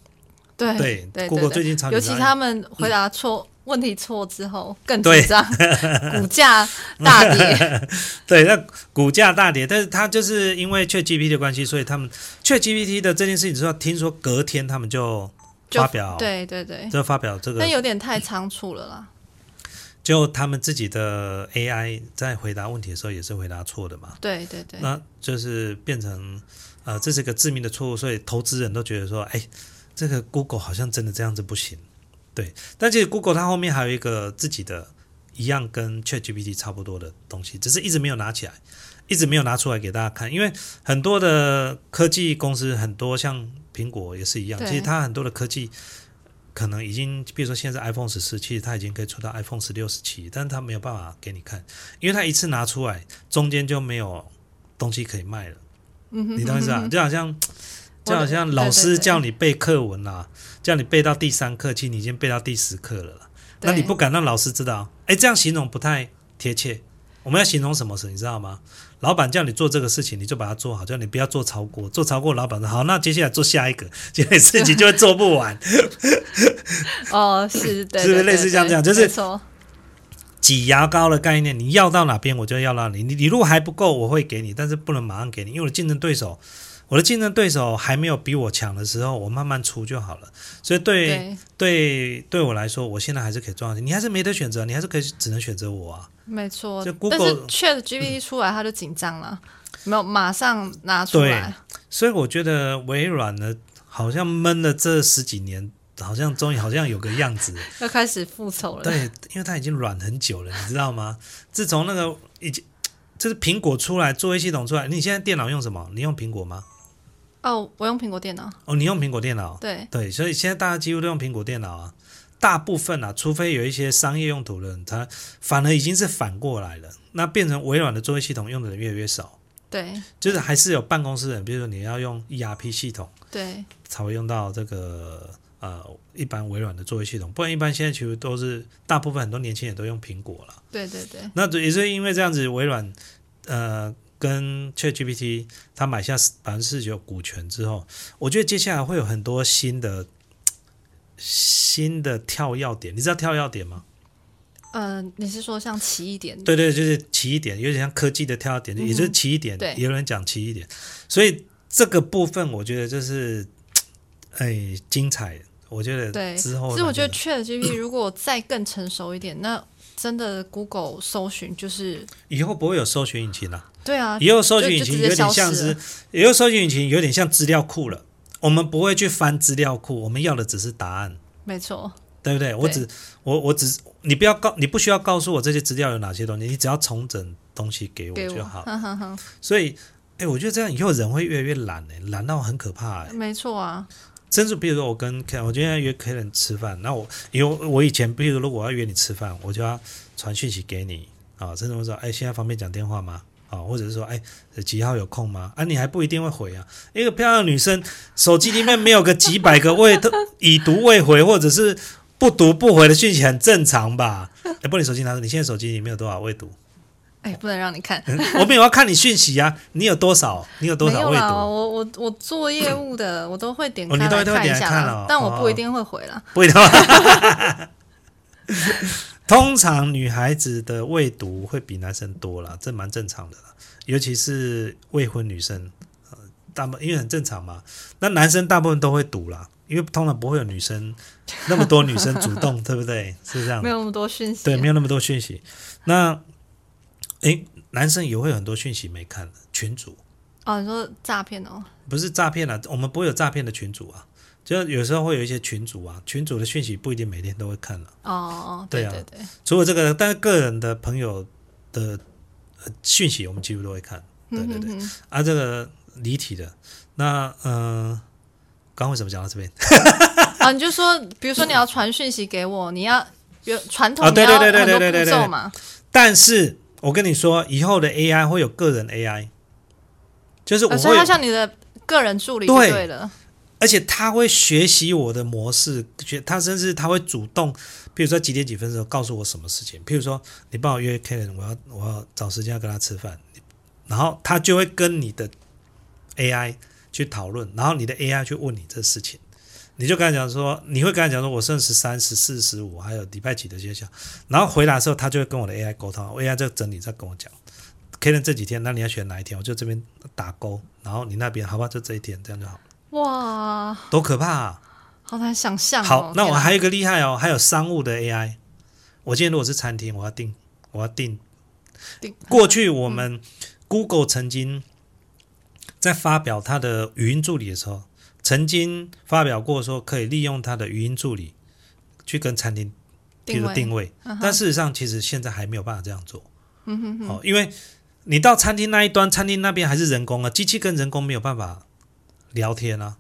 [SPEAKER 2] 对
[SPEAKER 1] 对
[SPEAKER 2] 哎对
[SPEAKER 1] g o o g l
[SPEAKER 2] 对
[SPEAKER 1] e 最近超
[SPEAKER 2] 尤
[SPEAKER 1] 紧张，
[SPEAKER 2] 其他们回答错、问题错之 后更紧
[SPEAKER 1] 嗯对
[SPEAKER 2] 张， 股价大 跌。
[SPEAKER 1] 对那股价大跌，但是他就是因为 ChatGPT 的关系，所以他们 ChatGPT 的这件事情之后，听说隔天他们就
[SPEAKER 2] 就
[SPEAKER 1] 发表，，
[SPEAKER 2] 对对对，
[SPEAKER 1] 就发表这个
[SPEAKER 2] 但，有点太仓促了啦。
[SPEAKER 1] 就他们自己的 AI 在回答问题的时候也是回答错的嘛。
[SPEAKER 2] 对对对，
[SPEAKER 1] 那就是变成呃，这是个致命的错误，所以投资人都觉得说，哎，这个 Google 好像真的这样子不行。对，但其实 Google 它后面还有一个自己的一样跟 ChatGPT 差不多的东西，只是一直没有拿起来，一直没有拿出来给大家看。因为很多的科技公司，很多像苹果也是一样，
[SPEAKER 2] 对
[SPEAKER 1] 其实它很多的科技可能已经，比如说现在是 iPhone 十四，其实它已经可以出到 iPhone 十六、十七，但是它没有办法给你看，因为它一次拿出来，中间就没有东西可以卖了。
[SPEAKER 2] 嗯哼，
[SPEAKER 1] 你懂意思啊？就好像，
[SPEAKER 2] 我
[SPEAKER 1] 就好像老
[SPEAKER 2] 对对
[SPEAKER 1] 师
[SPEAKER 2] 对
[SPEAKER 1] 叫你背课文啦、叫你背到第三课，其实你已经背到第十课了啦。那你
[SPEAKER 2] 对
[SPEAKER 1] 不敢让老师知道，哎，这样形容不太贴切。我们要形容什么事，你知道吗？老板叫你做这个事情，你就把它做好，叫你不要做超过，做超过老板说好，那接下来做下一个， 结果你自己就会做不完，
[SPEAKER 2] 哦，是，对，
[SPEAKER 1] 是不是
[SPEAKER 2] 对
[SPEAKER 1] 类似
[SPEAKER 2] 对
[SPEAKER 1] 像这样
[SPEAKER 2] 对
[SPEAKER 1] 就是
[SPEAKER 2] 没错，
[SPEAKER 1] 挤牙膏的概念，你要到哪边我就要到哪里。你你如果还不够，我会给你，但是不能马上给你，因为我的竞争对手，我的竞争对手还没有比我强的时候，我慢慢出就好了。所以对
[SPEAKER 2] 对，
[SPEAKER 1] 对对我来说，我现在还是可以赚到钱，你还是没得选择，你还是可以只能选择我啊。
[SPEAKER 2] 没错
[SPEAKER 1] 就。
[SPEAKER 2] 但
[SPEAKER 1] Google- 嗯
[SPEAKER 2] 是 Chat GPT 出来，他就紧张了，没有马上拿出来。
[SPEAKER 1] 所以我觉得微软呢，好像闷了这十几年，好像终于好像有个样子。
[SPEAKER 2] 要开始复仇了。
[SPEAKER 1] 对，因为它已经软很久了，你知道吗？自从那个已经就是苹果出来，作业系统出来，你现在电脑用什么？你用苹果吗？
[SPEAKER 2] 哦，我用苹果电脑。
[SPEAKER 1] 哦，你用苹果电脑？
[SPEAKER 2] 对
[SPEAKER 1] 对，所以现在大家几乎都用苹果电脑啊，大部分啊，除非有一些商业用途的人，他反而已经是反过来了，那变成微软的作业系统用的人越来越少。
[SPEAKER 2] 对
[SPEAKER 1] 就是还是有办公室的人，比如说你要用 ERP 系统
[SPEAKER 2] 对
[SPEAKER 1] 才会用到这个呃一般微软的作业系统，不然一般现在其实都是大部分很多年轻人都用苹果了。
[SPEAKER 2] 对对对，
[SPEAKER 1] 那也是因为这样子，微软呃跟 ChatGPT 它买下百分之四十九股权之后，我觉得接下来会有很多新的新的跳要点。你知道跳要点吗？
[SPEAKER 2] 呃，你是说像奇异点？
[SPEAKER 1] 对对，就是奇异点，有点像科技的跳点，也就是奇异点，
[SPEAKER 2] 嗯对
[SPEAKER 1] 也有人讲奇异点，所以这个部分我觉得就是，哎，精彩，我觉得
[SPEAKER 2] 对
[SPEAKER 1] 之后，
[SPEAKER 2] 其实我觉得
[SPEAKER 1] 的
[SPEAKER 2] ChatGPT 如果再更成熟一点，那真的 Google 搜寻就是
[SPEAKER 1] 以后不会有搜寻引擎了，
[SPEAKER 2] 对啊，
[SPEAKER 1] 以后搜寻引
[SPEAKER 2] 就
[SPEAKER 1] 擎
[SPEAKER 2] 就直接
[SPEAKER 1] 有点像
[SPEAKER 2] 消失
[SPEAKER 1] 是
[SPEAKER 2] 了，
[SPEAKER 1] 以后搜寻引擎有点像资料库了，我们不会去翻资料库，我们要的只是答案。
[SPEAKER 2] 没错，
[SPEAKER 1] 对不对？我
[SPEAKER 2] 对
[SPEAKER 1] 只我我只你不要告你不需要告诉我这些资料有哪些东西，你只要重整东西给我
[SPEAKER 2] 给
[SPEAKER 1] 就
[SPEAKER 2] 我，
[SPEAKER 1] 好。
[SPEAKER 2] 哼哼哼，
[SPEAKER 1] 所以，哎，我觉得这样以后人会越来越懒哎、懒到很可怕哎、
[SPEAKER 2] 没错啊，
[SPEAKER 1] 甚至比如说我跟 K，我今天约 K 人吃饭，那我因为我以前，比如如果我要约你吃饭，我就要传讯息给你啊，甚至我说，哎，现在方便讲电话吗？啊，或者是说，哎，几号有空吗？啊，你还不一定会回啊。一个漂亮的女生，手机里面没有个几百个 未都已读未回，或者是不读不回的讯息，很正常吧？哎，不，你手机拿着，你现在手机里面有多少未读？
[SPEAKER 2] 哎，不能让你看，
[SPEAKER 1] 嗯我没有要看你讯息啊，你有多少？你有多
[SPEAKER 2] 没
[SPEAKER 1] 少
[SPEAKER 2] 有
[SPEAKER 1] 未
[SPEAKER 2] 啦，
[SPEAKER 1] 读？
[SPEAKER 2] 我我我做业 务的，我都会点
[SPEAKER 1] 哦你
[SPEAKER 2] 开
[SPEAKER 1] 都会
[SPEAKER 2] 来
[SPEAKER 1] 都会
[SPEAKER 2] 看一
[SPEAKER 1] 点来
[SPEAKER 2] 下
[SPEAKER 1] 看
[SPEAKER 2] 啦
[SPEAKER 1] 哦，
[SPEAKER 2] 但我
[SPEAKER 1] 哦
[SPEAKER 2] 不一定会回啦。
[SPEAKER 1] 不一定。 通常女孩子的未读会比男生多啦，这蛮正常的啦，尤其是未婚女生，呃，大部因为很正常嘛。那男生大部分都会读啦，因为通常不会有女生那么多女生主动，对不对？ 是这样的
[SPEAKER 2] 没。有那么多讯息，
[SPEAKER 1] 哦
[SPEAKER 2] 啊
[SPEAKER 1] 对，没有那么多讯息。那，诶，男生也会有很多讯息没看的群主，
[SPEAKER 2] 哦，你说诈骗哦，
[SPEAKER 1] 不是诈骗啊，我们不会有诈骗的群主啊，就有时候会有一些群主啊，群主的讯息不一定每天都会看啊。
[SPEAKER 2] 哦哦，
[SPEAKER 1] 对
[SPEAKER 2] 对
[SPEAKER 1] 啊
[SPEAKER 2] 对对，
[SPEAKER 1] 除了这个，但是个人的朋友的呃讯息，我们几乎都会看。对对对，
[SPEAKER 2] 嗯哼哼
[SPEAKER 1] 啊，这个离题的，那嗯，呃刚刚为什么讲到这边？
[SPEAKER 2] 啊，你就说，比如说你要传讯息给我，你要有传统
[SPEAKER 1] 啊
[SPEAKER 2] 你
[SPEAKER 1] 对
[SPEAKER 2] 要
[SPEAKER 1] 对对对
[SPEAKER 2] 很多
[SPEAKER 1] 对对
[SPEAKER 2] 步
[SPEAKER 1] 对
[SPEAKER 2] 骤嘛，
[SPEAKER 1] 但是我跟你说，以后的 AI 会有个人 AI，就是我
[SPEAKER 2] 啊所以
[SPEAKER 1] 会，
[SPEAKER 2] 它像你的个人助理就
[SPEAKER 1] 对
[SPEAKER 2] 对了，
[SPEAKER 1] 而且它会学习我的模式，学它甚至它会主动，比如说几点几分的时候告诉我什么事情，譬如说你帮我约 K 人，我要我要找时间要跟他吃饭，然后他就会跟你的 AI 去讨论，然后你的 AI 去问你这事情，你就跟他讲说，你会跟他讲说我剩十三、十四、十五，还有礼拜几的学校，然后回答的时候，他就会跟我的 AI 沟通我，AI 就整理再跟我讲。K 人这几天，那你要选哪一天？我就这边打勾，然后你那边好吧，就这一天，这样就好，
[SPEAKER 2] 哇，
[SPEAKER 1] 多可怕、啊！
[SPEAKER 2] 好难想象哦。
[SPEAKER 1] 好，那
[SPEAKER 2] 天
[SPEAKER 1] 我
[SPEAKER 2] 啊
[SPEAKER 1] 还有一个厉害哦，还有商务的 AI。我今天如果是餐厅，我要订，我要订
[SPEAKER 2] 订嗯
[SPEAKER 1] 过去我们 Google 曾经在发表它的语音助理的时候，曾经发表过说可以利用它的语音助理去跟餐厅比
[SPEAKER 2] 定
[SPEAKER 1] 如
[SPEAKER 2] 位
[SPEAKER 1] 定位，
[SPEAKER 2] 嗯哼
[SPEAKER 1] 但事实上其实现在还没有办法这样做。
[SPEAKER 2] 嗯哼哼，
[SPEAKER 1] 哦，因为你到餐厅那一端，餐厅那边还是人工啊，机器跟人工没有办法聊天啊，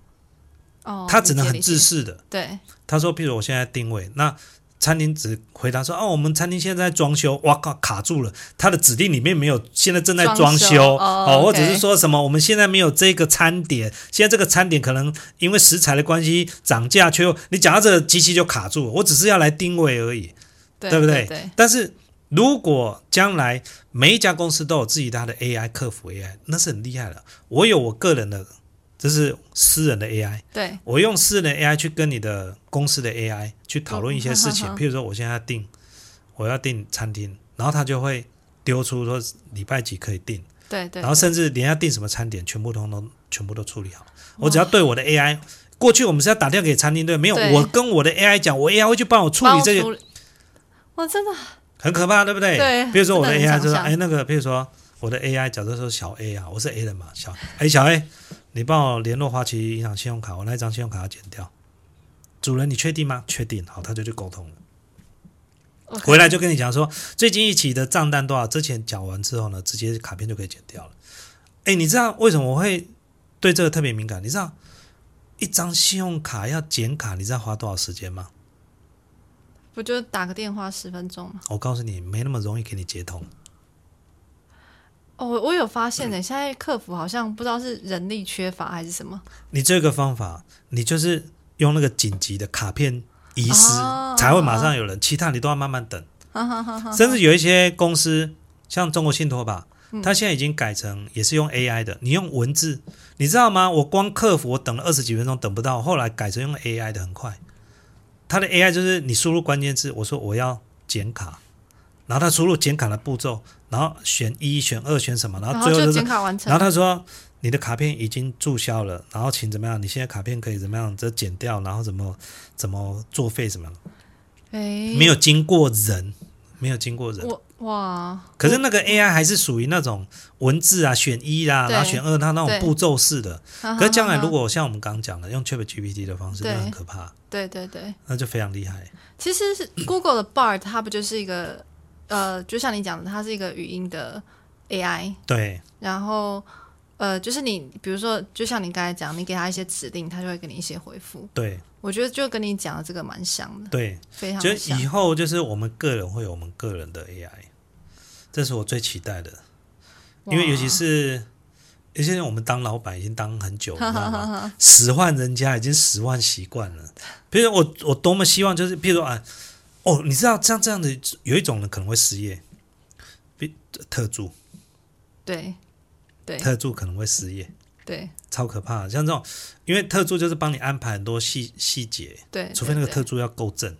[SPEAKER 2] 哦，
[SPEAKER 1] 它只能
[SPEAKER 2] 理解
[SPEAKER 1] 很自，私的
[SPEAKER 2] 理解。对，
[SPEAKER 1] 他说，譬如我现在定位，那餐厅只回答说，哦，我们餐厅现在在装修，哇靠，卡住了，他的指令里面没有，现在正在装
[SPEAKER 2] 装
[SPEAKER 1] 修，
[SPEAKER 2] 修哦
[SPEAKER 1] 或
[SPEAKER 2] OK
[SPEAKER 1] 者是说什么，我们现在没有这个餐点，现在这个餐点可能因为食材的关系涨价，却又你讲到这个机器就卡住了，我只是要来定位而已。
[SPEAKER 2] 对
[SPEAKER 1] 对不对
[SPEAKER 2] 对？对
[SPEAKER 1] 但是如果将来每一家公司都有自己的它的 AI 客服 AI，那是很厉害的。我有我个人的，这是私人的 AI，
[SPEAKER 2] 对，
[SPEAKER 1] 我用私人的 AI 去跟你的公司的 AI 去讨论一些事情，
[SPEAKER 2] 嗯哈哈哈
[SPEAKER 1] 譬如说我现在要订，我要订餐厅，然后他就会丢出说礼拜几可以订，
[SPEAKER 2] 对对，
[SPEAKER 1] 然后甚至连要订什么餐点，全部通通全部都处理好。我只要对我的 AI。过去我们是要打电话给餐厅，对，没有，
[SPEAKER 2] 对
[SPEAKER 1] 我跟我的 AI 讲，我 AI 会去帮我处
[SPEAKER 2] 帮
[SPEAKER 1] 理
[SPEAKER 2] 我
[SPEAKER 1] 这些
[SPEAKER 2] 处理，哇，真的
[SPEAKER 1] 很可怕，对不对？
[SPEAKER 2] 对
[SPEAKER 1] 比如说我的
[SPEAKER 2] 真的
[SPEAKER 1] AI
[SPEAKER 2] 很
[SPEAKER 1] 就说，
[SPEAKER 2] 想象
[SPEAKER 1] 哎，那个，比如说我的 AI，假设说小 A 啊，我是 A 人嘛，小哎小 A，你帮我联络花旗银行信用卡，我那一张信用卡要剪掉。主人，你确定吗？确定，好，他就去沟通了。
[SPEAKER 2] OK
[SPEAKER 1] 回来就跟你讲说，最近一期的账单多少？之前缴完之后呢，直接卡片就可以剪掉了。哎，你知道为什么我会对这个特别敏感？你知道一张信用卡要剪卡，你知道花多少时间吗？
[SPEAKER 2] 不就打个电话十分钟吗？
[SPEAKER 1] 我告诉你，没那么容易给你接通。
[SPEAKER 2] 哦，我我有发现呢、现在客服好像不知道是人力缺乏还是什么，
[SPEAKER 1] 你这个方法，你就是用那个紧急的卡片遗失，
[SPEAKER 2] 哦
[SPEAKER 1] 才会马上有人，其他你都要慢慢等。甚至有一些公司，像中国信托吧，
[SPEAKER 2] 嗯
[SPEAKER 1] 它现在已经改成也是用 AI 的，你用文字，你知道吗？我光客服我等了二十几分钟等不到，后来改成用 AI 的，很快。它的 AI 就是你输入关键字，我说我要剪卡，然后它输入剪卡的步骤，然后选一、选二、选什么，然
[SPEAKER 2] 然
[SPEAKER 1] 后
[SPEAKER 2] 后
[SPEAKER 1] 最后
[SPEAKER 2] 就
[SPEAKER 1] 就是
[SPEAKER 2] 剪卡完成
[SPEAKER 1] 然后。他说你的卡片已经注销了，然后请怎么样？你现在卡片可以怎么样？这剪掉，然后怎么怎么作废什么样？
[SPEAKER 2] 哎，
[SPEAKER 1] 没有经过人，没有经过人。
[SPEAKER 2] 我哇，
[SPEAKER 1] 可是那个 AI 还是属于那种文字啊，选一啊，
[SPEAKER 2] 对
[SPEAKER 1] 然后选二，它那
[SPEAKER 2] 对啊
[SPEAKER 1] 种步骤式的。
[SPEAKER 2] 哈哈
[SPEAKER 1] 可是将来
[SPEAKER 2] 哈哈
[SPEAKER 1] 如果像我们刚刚讲的，用 ChatGPT 的方式，
[SPEAKER 2] 对
[SPEAKER 1] 那很可怕，
[SPEAKER 2] 对对对，
[SPEAKER 1] 那就非常厉害。
[SPEAKER 2] 其实是 Google 的 Bard，它不就是一个呃，就像你讲的，它是一个语音的 AI，
[SPEAKER 1] 对
[SPEAKER 2] 然后呃，就是你比如说，就像你刚才讲，你给它一些指令，它就会给你一些回复。
[SPEAKER 1] 对
[SPEAKER 2] 我觉得就跟你讲的这个蛮像的，
[SPEAKER 1] 对，
[SPEAKER 2] 非常
[SPEAKER 1] 就
[SPEAKER 2] 地像
[SPEAKER 1] 以。后就是我们个人会有我们个人的 AI，这是我最期待的。因为尤其是有些人，我们当老板已经当很 久了，你知道吗？使唤人家已经使唤习惯了。比如我，我多么希望就是，譬如说啊，哦，你知道这样这样的有一种人可能会失业，比特助
[SPEAKER 2] 哇对对
[SPEAKER 1] 特助可能会失业，
[SPEAKER 2] 对
[SPEAKER 1] 超可怕的。像这种，因为特助就是帮你安排很多细细节，
[SPEAKER 2] 对，
[SPEAKER 1] 除非那个
[SPEAKER 2] 对
[SPEAKER 1] 特助要够正，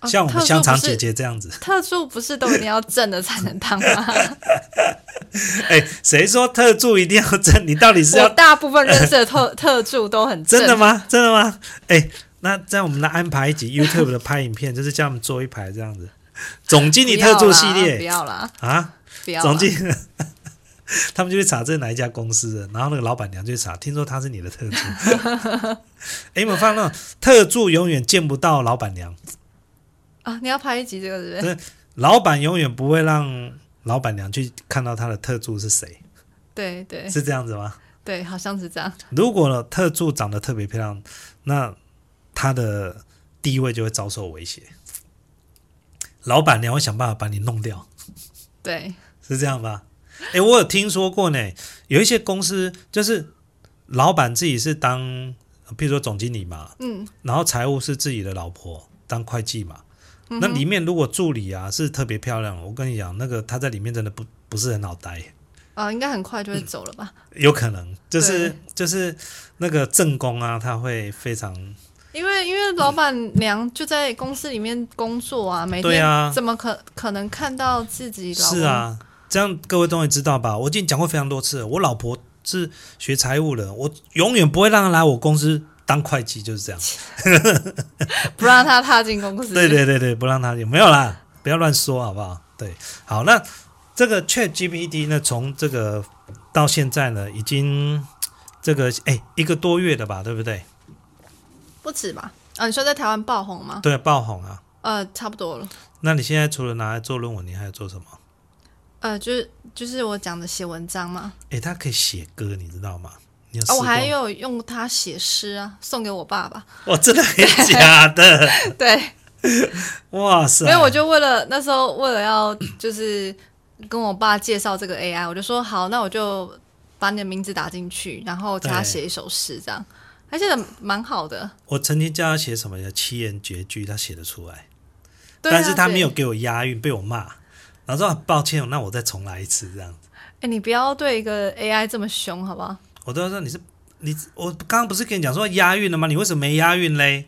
[SPEAKER 2] 哦
[SPEAKER 1] 像我
[SPEAKER 2] 特
[SPEAKER 1] 们
[SPEAKER 2] 助
[SPEAKER 1] 香肠
[SPEAKER 2] 不是
[SPEAKER 1] 姐姐这样子。
[SPEAKER 2] 特助不是都一定要正的才能当吗？
[SPEAKER 1] 哎，谁说特助一定要正？你到底 是要啊
[SPEAKER 2] 我大部分认识的特特助都很正
[SPEAKER 1] 真的？吗？真的吗？哎、那这样我们来安排一集 YouTube 的拍影片，就是叫他们做一排这样 子，总经理特助系
[SPEAKER 2] 不
[SPEAKER 1] 列
[SPEAKER 2] 要啦，
[SPEAKER 1] 啊，
[SPEAKER 2] 不要啦，不要啦
[SPEAKER 1] 总经理， 他们就去查这是哪一家公司的，然后那个老板娘就去查，听说他是你的 特助。哎、你们放那种特助永远见不到老板娘，
[SPEAKER 2] 啊！你要拍一集这个是不是？
[SPEAKER 1] 对老板永远不会让老板娘去看到他的特助是谁，
[SPEAKER 2] 对对
[SPEAKER 1] 是这样子吗？
[SPEAKER 2] 对，好像是这样。
[SPEAKER 1] 如果特助长得特别漂亮，那他的地位就会遭受威胁，老板娘会想办法把你弄掉，
[SPEAKER 2] 对，
[SPEAKER 1] 是这样吧？诶，我有听说过呢，有一些公司就是老板自己是当，譬如说总经理嘛，
[SPEAKER 2] 嗯，
[SPEAKER 1] 然后财务是自己的老婆当会计嘛，
[SPEAKER 2] 嗯
[SPEAKER 1] 那里面如果助理啊是特别漂亮，我跟你讲，那个他在里面真的不不是很好待。
[SPEAKER 2] 啊，应该很快就会走了吧？
[SPEAKER 1] 有可能，就是
[SPEAKER 2] 对
[SPEAKER 1] 就是那个正宫啊，他会非常
[SPEAKER 2] 因为因为老板娘就在公司里面工作啊，每
[SPEAKER 1] 对
[SPEAKER 2] 天
[SPEAKER 1] 啊
[SPEAKER 2] 怎么可可能看到自己老公
[SPEAKER 1] 是，啊，这样各位终于知道吧？我已经讲过非常多次了，我老婆是学财务的，我永远不会让她来我公司当会计，就是这样。
[SPEAKER 2] 不让她踏进公司？
[SPEAKER 1] 对对对对，不让她有没有啦，不要乱说好不好？对，好，那这个 Chat GPT 呢，从这个到现在呢，已经这个哎一个多月了吧，对不对？
[SPEAKER 2] 不止吧？啊，你说在台湾爆红吗？
[SPEAKER 1] 对，爆红啊。
[SPEAKER 2] 呃，差不多了。
[SPEAKER 1] 那你现在除了拿来做论文，你还要做什么？
[SPEAKER 2] 呃，就是就是我讲的写文章嘛，
[SPEAKER 1] 哎，它可以写歌，你知道吗？你有试
[SPEAKER 2] 啊，
[SPEAKER 1] 过
[SPEAKER 2] 我还
[SPEAKER 1] 吗
[SPEAKER 2] 有用它写诗啊，送给我 爸爸。
[SPEAKER 1] 哇，哦真的很假 的，
[SPEAKER 2] 对，
[SPEAKER 1] 哇塞！
[SPEAKER 2] 所以我就为了那时候为了要就是跟我爸介绍这个 AI，我就说好，那我就把你的名字打进去，然后叫他
[SPEAKER 1] 对
[SPEAKER 2] 写一首诗，这样，他写的蛮好的。
[SPEAKER 1] 我曾经叫他写什么叫七言绝句，他写得出来，
[SPEAKER 2] 对啊
[SPEAKER 1] 但是他没有
[SPEAKER 2] 对
[SPEAKER 1] 给我押韵，被我骂，然后说、啊抱歉，那我再重来一次这样子。
[SPEAKER 2] 哎、你不要对一个 AI 这么凶，好不好？
[SPEAKER 1] 我都要说你是你，我刚刚不是跟你讲说押韵了吗？你为什么没押韵嘞？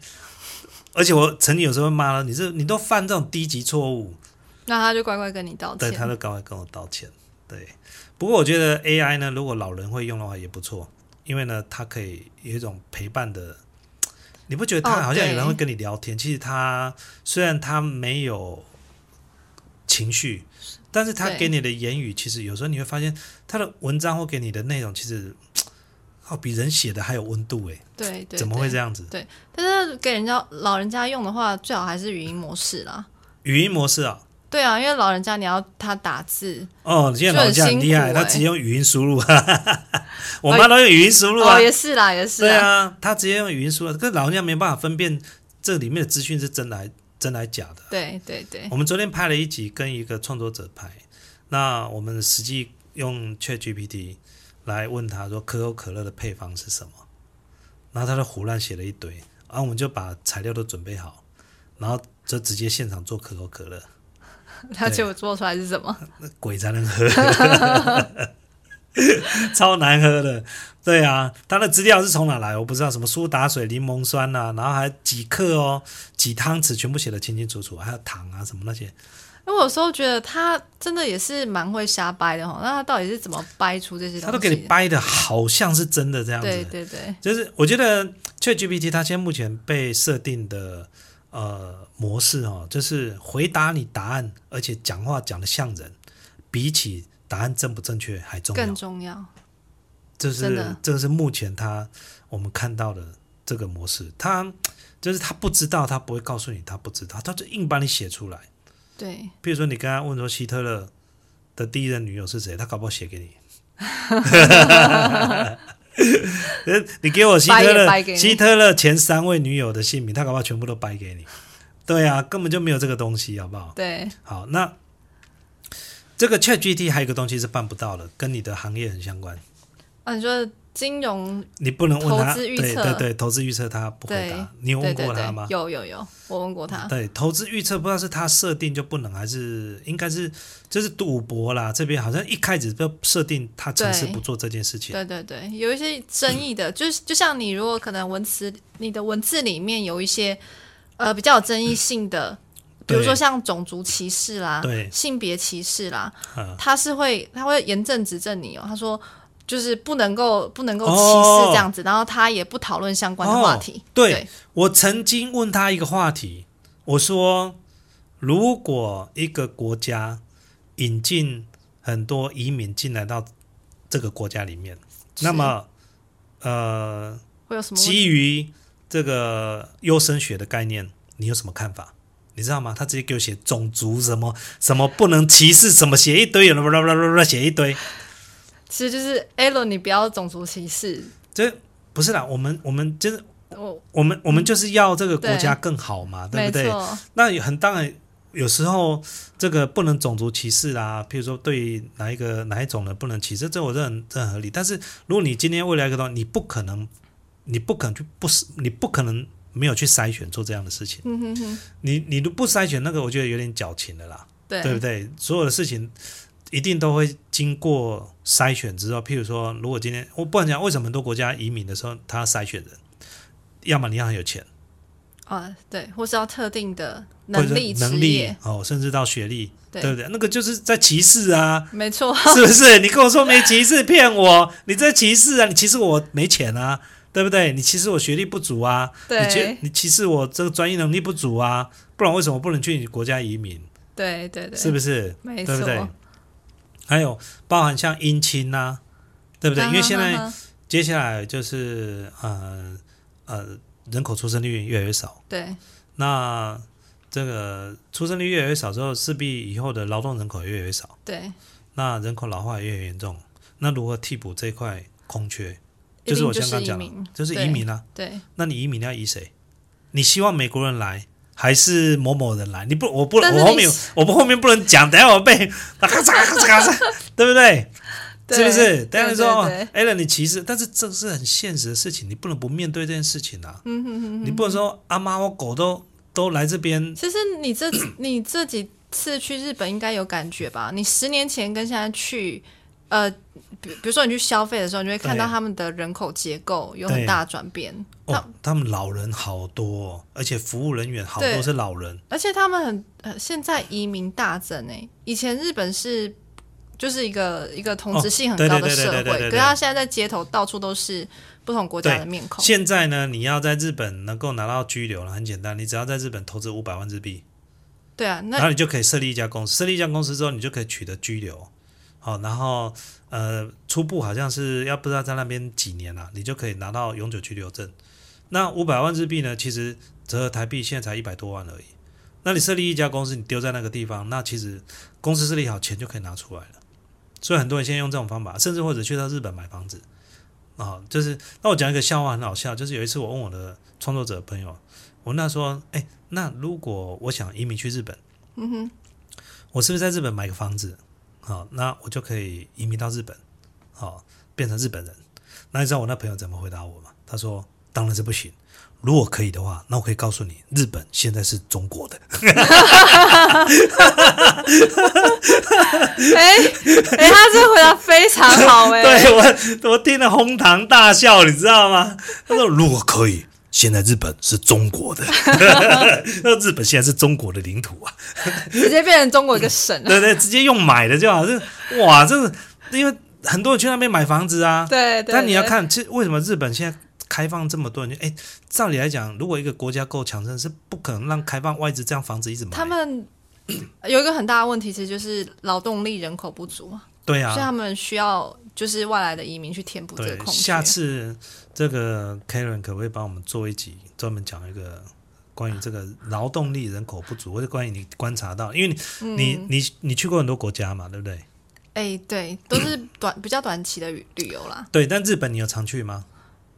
[SPEAKER 1] 而且我曾经有时候会骂他，你是你都犯这种低级错误，
[SPEAKER 2] 那他就乖乖跟你道
[SPEAKER 1] 对，
[SPEAKER 2] 歉。
[SPEAKER 1] 他就赶快跟我道歉。对，不过我觉得 AI 呢，如果老人会用的话也不错，因为呢，它可以有一种陪伴的。你不觉得它
[SPEAKER 2] 哦
[SPEAKER 1] 好像有人
[SPEAKER 2] 对
[SPEAKER 1] 会跟你聊天？其实它虽然它没有情绪，但是它
[SPEAKER 2] 对
[SPEAKER 1] 给你的言语，其实有时候你会发现，它的文章或给你的内容，其实哦比人写的还有温度诶，
[SPEAKER 2] 对对对，
[SPEAKER 1] 怎么会这样子？
[SPEAKER 2] 但是给人家老人家用的话，最好还是语音模式啦。
[SPEAKER 1] 语音模式啊，
[SPEAKER 2] 对啊，因为老人家你要他打字，
[SPEAKER 1] 哦，现在老人家很厉害，
[SPEAKER 2] 就很辛苦哦欸
[SPEAKER 1] 他直接用语音输入，啊 我妈都用语音输入啊，
[SPEAKER 2] 哦，也是啦，也是
[SPEAKER 1] 对
[SPEAKER 2] 啦。
[SPEAKER 1] 啊，他直接用语音输了，可是老人家没办法分辨这里面的资讯是真的还真的还假的。哦
[SPEAKER 2] 对对对
[SPEAKER 1] 我们昨天拍了一集，跟一个创作者拍，那我们实际用 Chat GPT 来问他说可口可乐的配方是什么，然后他就胡乱写了一堆，然后我们就把材料都准备好，然后就直接现场做可口可乐，
[SPEAKER 2] 他结果做出来是什么？
[SPEAKER 1] 那鬼才能喝， 超难喝的。对啊，他的资料是从哪来？我不知道，什么苏打水、柠檬酸呐、然后还几克哦，几汤匙，全部写的清清楚楚，还有糖啊什么那些。
[SPEAKER 2] 因为我有时候觉得他真的也是蛮会瞎掰的哈。那他到底是怎么掰出这些东西的？
[SPEAKER 1] 他都给你掰的好像是真的这样子。
[SPEAKER 2] 对对对，
[SPEAKER 1] 就是我觉得 ChatGPT 它现在目前被设定的呃模式哦，就是回答你答案，而且讲话讲的像人，比起答案正不正确还重要
[SPEAKER 2] 更。重要。
[SPEAKER 1] 这
[SPEAKER 2] 真
[SPEAKER 1] 是
[SPEAKER 2] 的
[SPEAKER 1] 这是目前它我们看到的这个模式，它就是它不知道，它不会告诉你它不知道，它就硬把你写出来。
[SPEAKER 2] 对，
[SPEAKER 1] 比如说你刚刚问说希特勒的第一任女友是谁，他搞不好写给你。 呃你给我希特
[SPEAKER 2] 掰也
[SPEAKER 1] 勒
[SPEAKER 2] 掰给你
[SPEAKER 1] 希特勒前三位女友的姓名，他搞不好全部都掰给你。对啊，根本就没有这个东西，好不好？
[SPEAKER 2] 对，
[SPEAKER 1] 好，那这个 ChatGPT 还有一个东西是办不到的，跟你的行业很相关，
[SPEAKER 2] 啊，你说金融
[SPEAKER 1] 你不能问他。
[SPEAKER 2] 投资预
[SPEAKER 1] 对
[SPEAKER 2] 测
[SPEAKER 1] 对对，投资预测他不回答。你有
[SPEAKER 2] 对
[SPEAKER 1] 问
[SPEAKER 2] 对
[SPEAKER 1] 过他
[SPEAKER 2] 对
[SPEAKER 1] 吗，？
[SPEAKER 2] 有啊有有，我问过他，
[SPEAKER 1] 对，投资预测不知道是他设定就不能，还是应该是就是赌博啦。这边好像一开始就设定他城市
[SPEAKER 2] 对
[SPEAKER 1] 不做这件事情。
[SPEAKER 2] 对对对，有一些争议
[SPEAKER 1] 嗯
[SPEAKER 2] 的，就是就像你如果可能文词，你的文字里面有一些呃比较有争议性的，比如
[SPEAKER 1] 对
[SPEAKER 2] 说像种族歧视啦
[SPEAKER 1] 对、
[SPEAKER 2] 性别歧视啦
[SPEAKER 1] 嗯，
[SPEAKER 2] 他是会他会严正指正你哦，他说。就是不能够不能够歧
[SPEAKER 1] 哦
[SPEAKER 2] 视这样子，然后他也不讨论相关的话题。
[SPEAKER 1] 对
[SPEAKER 2] 对
[SPEAKER 1] 我曾经问他一个话题，我说如果一个国家引进很多移民进来到这个国家里面，
[SPEAKER 2] 是
[SPEAKER 1] 那么呃，
[SPEAKER 2] 会有什么问题？
[SPEAKER 1] 基于这个优生学的概念，你有什么看法？你知道吗？他直接给我写种族什么什么不能歧视什么，写一堆，有了啦啦啦啦写一堆。
[SPEAKER 2] 其实就是 a l n 你不要种族歧视。
[SPEAKER 1] 这不是啦，我们我们就是
[SPEAKER 2] 我
[SPEAKER 1] 我们我们就是要这个国
[SPEAKER 2] 对
[SPEAKER 1] 家更好嘛，啊对
[SPEAKER 2] 没
[SPEAKER 1] 不对？
[SPEAKER 2] 错，
[SPEAKER 1] 那也很当然，有时候这个不能种族歧视啦，譬如说对哪一个哪一种人不能歧视，这我认很这很合理。但是如果你今天未来一个东西，你不可能，你不可能去不是，你不可能没有去筛选做这样的事情。
[SPEAKER 2] 嗯哼哼，
[SPEAKER 1] 你你都不筛选那个，我觉得有点矫情了啦，
[SPEAKER 2] 对
[SPEAKER 1] 对不对？所有的事情一定都会经过筛选之后，譬如说，如果今天我不管讲为什么很多国家移民的时候，他要筛选人，要么你要很有钱，
[SPEAKER 2] 啊，对，或是要特定的
[SPEAKER 1] 或者
[SPEAKER 2] 能力、
[SPEAKER 1] 是能
[SPEAKER 2] 职
[SPEAKER 1] 力
[SPEAKER 2] 业，
[SPEAKER 1] 哦，甚至到学历，
[SPEAKER 2] 对
[SPEAKER 1] 对不对？那个就是在歧视啊，
[SPEAKER 2] 没错，
[SPEAKER 1] 是不 是？你跟我说没歧视，骗我，你这歧视啊！你歧视我没钱啊，对不对？你歧视我学历不足啊，你歧
[SPEAKER 2] 对，
[SPEAKER 1] 你歧视我这个专业能力不足啊，不然为什么不能去你国家移民？
[SPEAKER 2] 对对对，
[SPEAKER 1] 是不是？
[SPEAKER 2] 没错，
[SPEAKER 1] 对不对？还有包含像姻亲呐、啊对不对？因为现在
[SPEAKER 2] 啊哈哈哈
[SPEAKER 1] 接下来就是呃呃人口出生率越来越少，
[SPEAKER 2] 嗯对
[SPEAKER 1] 那这个出生率越来越少之后，势必以后的劳动人口也越来越少，
[SPEAKER 2] 对，
[SPEAKER 1] 那人口老化也越来越严重，那如何替补这块空缺？
[SPEAKER 2] 一
[SPEAKER 1] 是
[SPEAKER 2] 定
[SPEAKER 1] 我
[SPEAKER 2] 就
[SPEAKER 1] 刚刚
[SPEAKER 2] 移
[SPEAKER 1] 讲的
[SPEAKER 2] 民，，
[SPEAKER 1] 就是
[SPEAKER 2] 对
[SPEAKER 1] 移民啊。
[SPEAKER 2] 对，
[SPEAKER 1] 那你移民要移谁？你希望美国人来还是某某人来？你不，我不，
[SPEAKER 2] 但是
[SPEAKER 1] 我
[SPEAKER 2] 你
[SPEAKER 1] 后面我不后面不能讲，等一下我被 咔嚓咔嚓咔嚓，对不对？
[SPEAKER 2] 对
[SPEAKER 1] 是不是？
[SPEAKER 2] 对
[SPEAKER 1] 当然
[SPEAKER 2] 对
[SPEAKER 1] 说
[SPEAKER 2] 对
[SPEAKER 1] 哦，Allen 你歧视，但是这是很现实的事情，你不能不面对这件事情啊。
[SPEAKER 2] 嗯哼哼
[SPEAKER 1] 你
[SPEAKER 2] 哼，
[SPEAKER 1] 不能说阿妈我狗都都来这边，
[SPEAKER 2] 其实你这你这几次去日本应该有感觉吧？你十年前跟现在去。呃，比比如说你去消费的时候，你会看到
[SPEAKER 1] 对
[SPEAKER 2] 他们的人口结构有
[SPEAKER 1] 对
[SPEAKER 2] 很大的转变，
[SPEAKER 1] 哦，他们老人好多哦，而且服务人员好多
[SPEAKER 2] 对
[SPEAKER 1] 是老人，
[SPEAKER 2] 而且他们很呃，现在移民大增诶、以前日本是就是一个一个同质性很高
[SPEAKER 1] 哦对
[SPEAKER 2] 的
[SPEAKER 1] 对对
[SPEAKER 2] 社
[SPEAKER 1] 对
[SPEAKER 2] 会，
[SPEAKER 1] 对对对
[SPEAKER 2] 可是他现在在街头到处都是不同国家的面孔。
[SPEAKER 1] 现在呢，你要在日本能够拿到居留了，很简单，你只要在日本投资五百万日币，
[SPEAKER 2] 对啊，
[SPEAKER 1] 然后
[SPEAKER 2] 那
[SPEAKER 1] 你就可以设立一家公司，设立一家公司之后，你就可以取得居留。好，然后呃，初步好像是要不知道在那边几年啦、你就可以拿到永久居留证。那五百万日币呢，其实折合台币现在才一百多万而已。那你设立一家公司，你丢在那个地方，那其实公司设立好，钱就可以拿出来了。所以很多人现在用这种方法，甚至或者去到日本买房子啊，就是那我讲一个笑话很好笑，就是有一次我问我的创作者朋友，我那说，哎，那如果我想移民去日本，我是不是在日本买个房子，好，那我就可以移民到日本，好，变成日本人。那你知道我那朋友怎么回答我吗？他说：“当然是不行。如果可以的话，那我可以告诉你，日本现在是中国的。
[SPEAKER 2] 哎、哎、他这回答非常好哎、
[SPEAKER 1] 对我，我听了哄堂大笑，你知道吗？他说：“如果可以，现在日本是中国的。那日本现在是中国的领土啊。”
[SPEAKER 2] 直接变成中国一个省啊了。
[SPEAKER 1] 对对，直接用买的就好。这哇，这个因为很多人去那边买房子啊。
[SPEAKER 2] 对对，
[SPEAKER 1] 但你要
[SPEAKER 2] 对，
[SPEAKER 1] 看，其实为什么日本现在开放这么多人？哎，照理来讲，如果一个国家够强盛，是不可能让开放外资这样房子一直买。
[SPEAKER 2] 他们有一个很大的问题，其实就是劳动力人口不足嘛，
[SPEAKER 1] 对
[SPEAKER 2] 所以
[SPEAKER 1] 啊，
[SPEAKER 2] 他们需要就是外来的移民去填补这个
[SPEAKER 1] 对
[SPEAKER 2] 空，缺。
[SPEAKER 1] 下次这个 Karen 可不可以帮我们做一集，专门讲一个？关于这个劳动力人口不足，或者关于你观察到，因为你、你你你去过很多国家嘛，对不对？
[SPEAKER 2] 哎、对，都是短比较短期的旅旅游啦。
[SPEAKER 1] 对，但日本你有常去吗？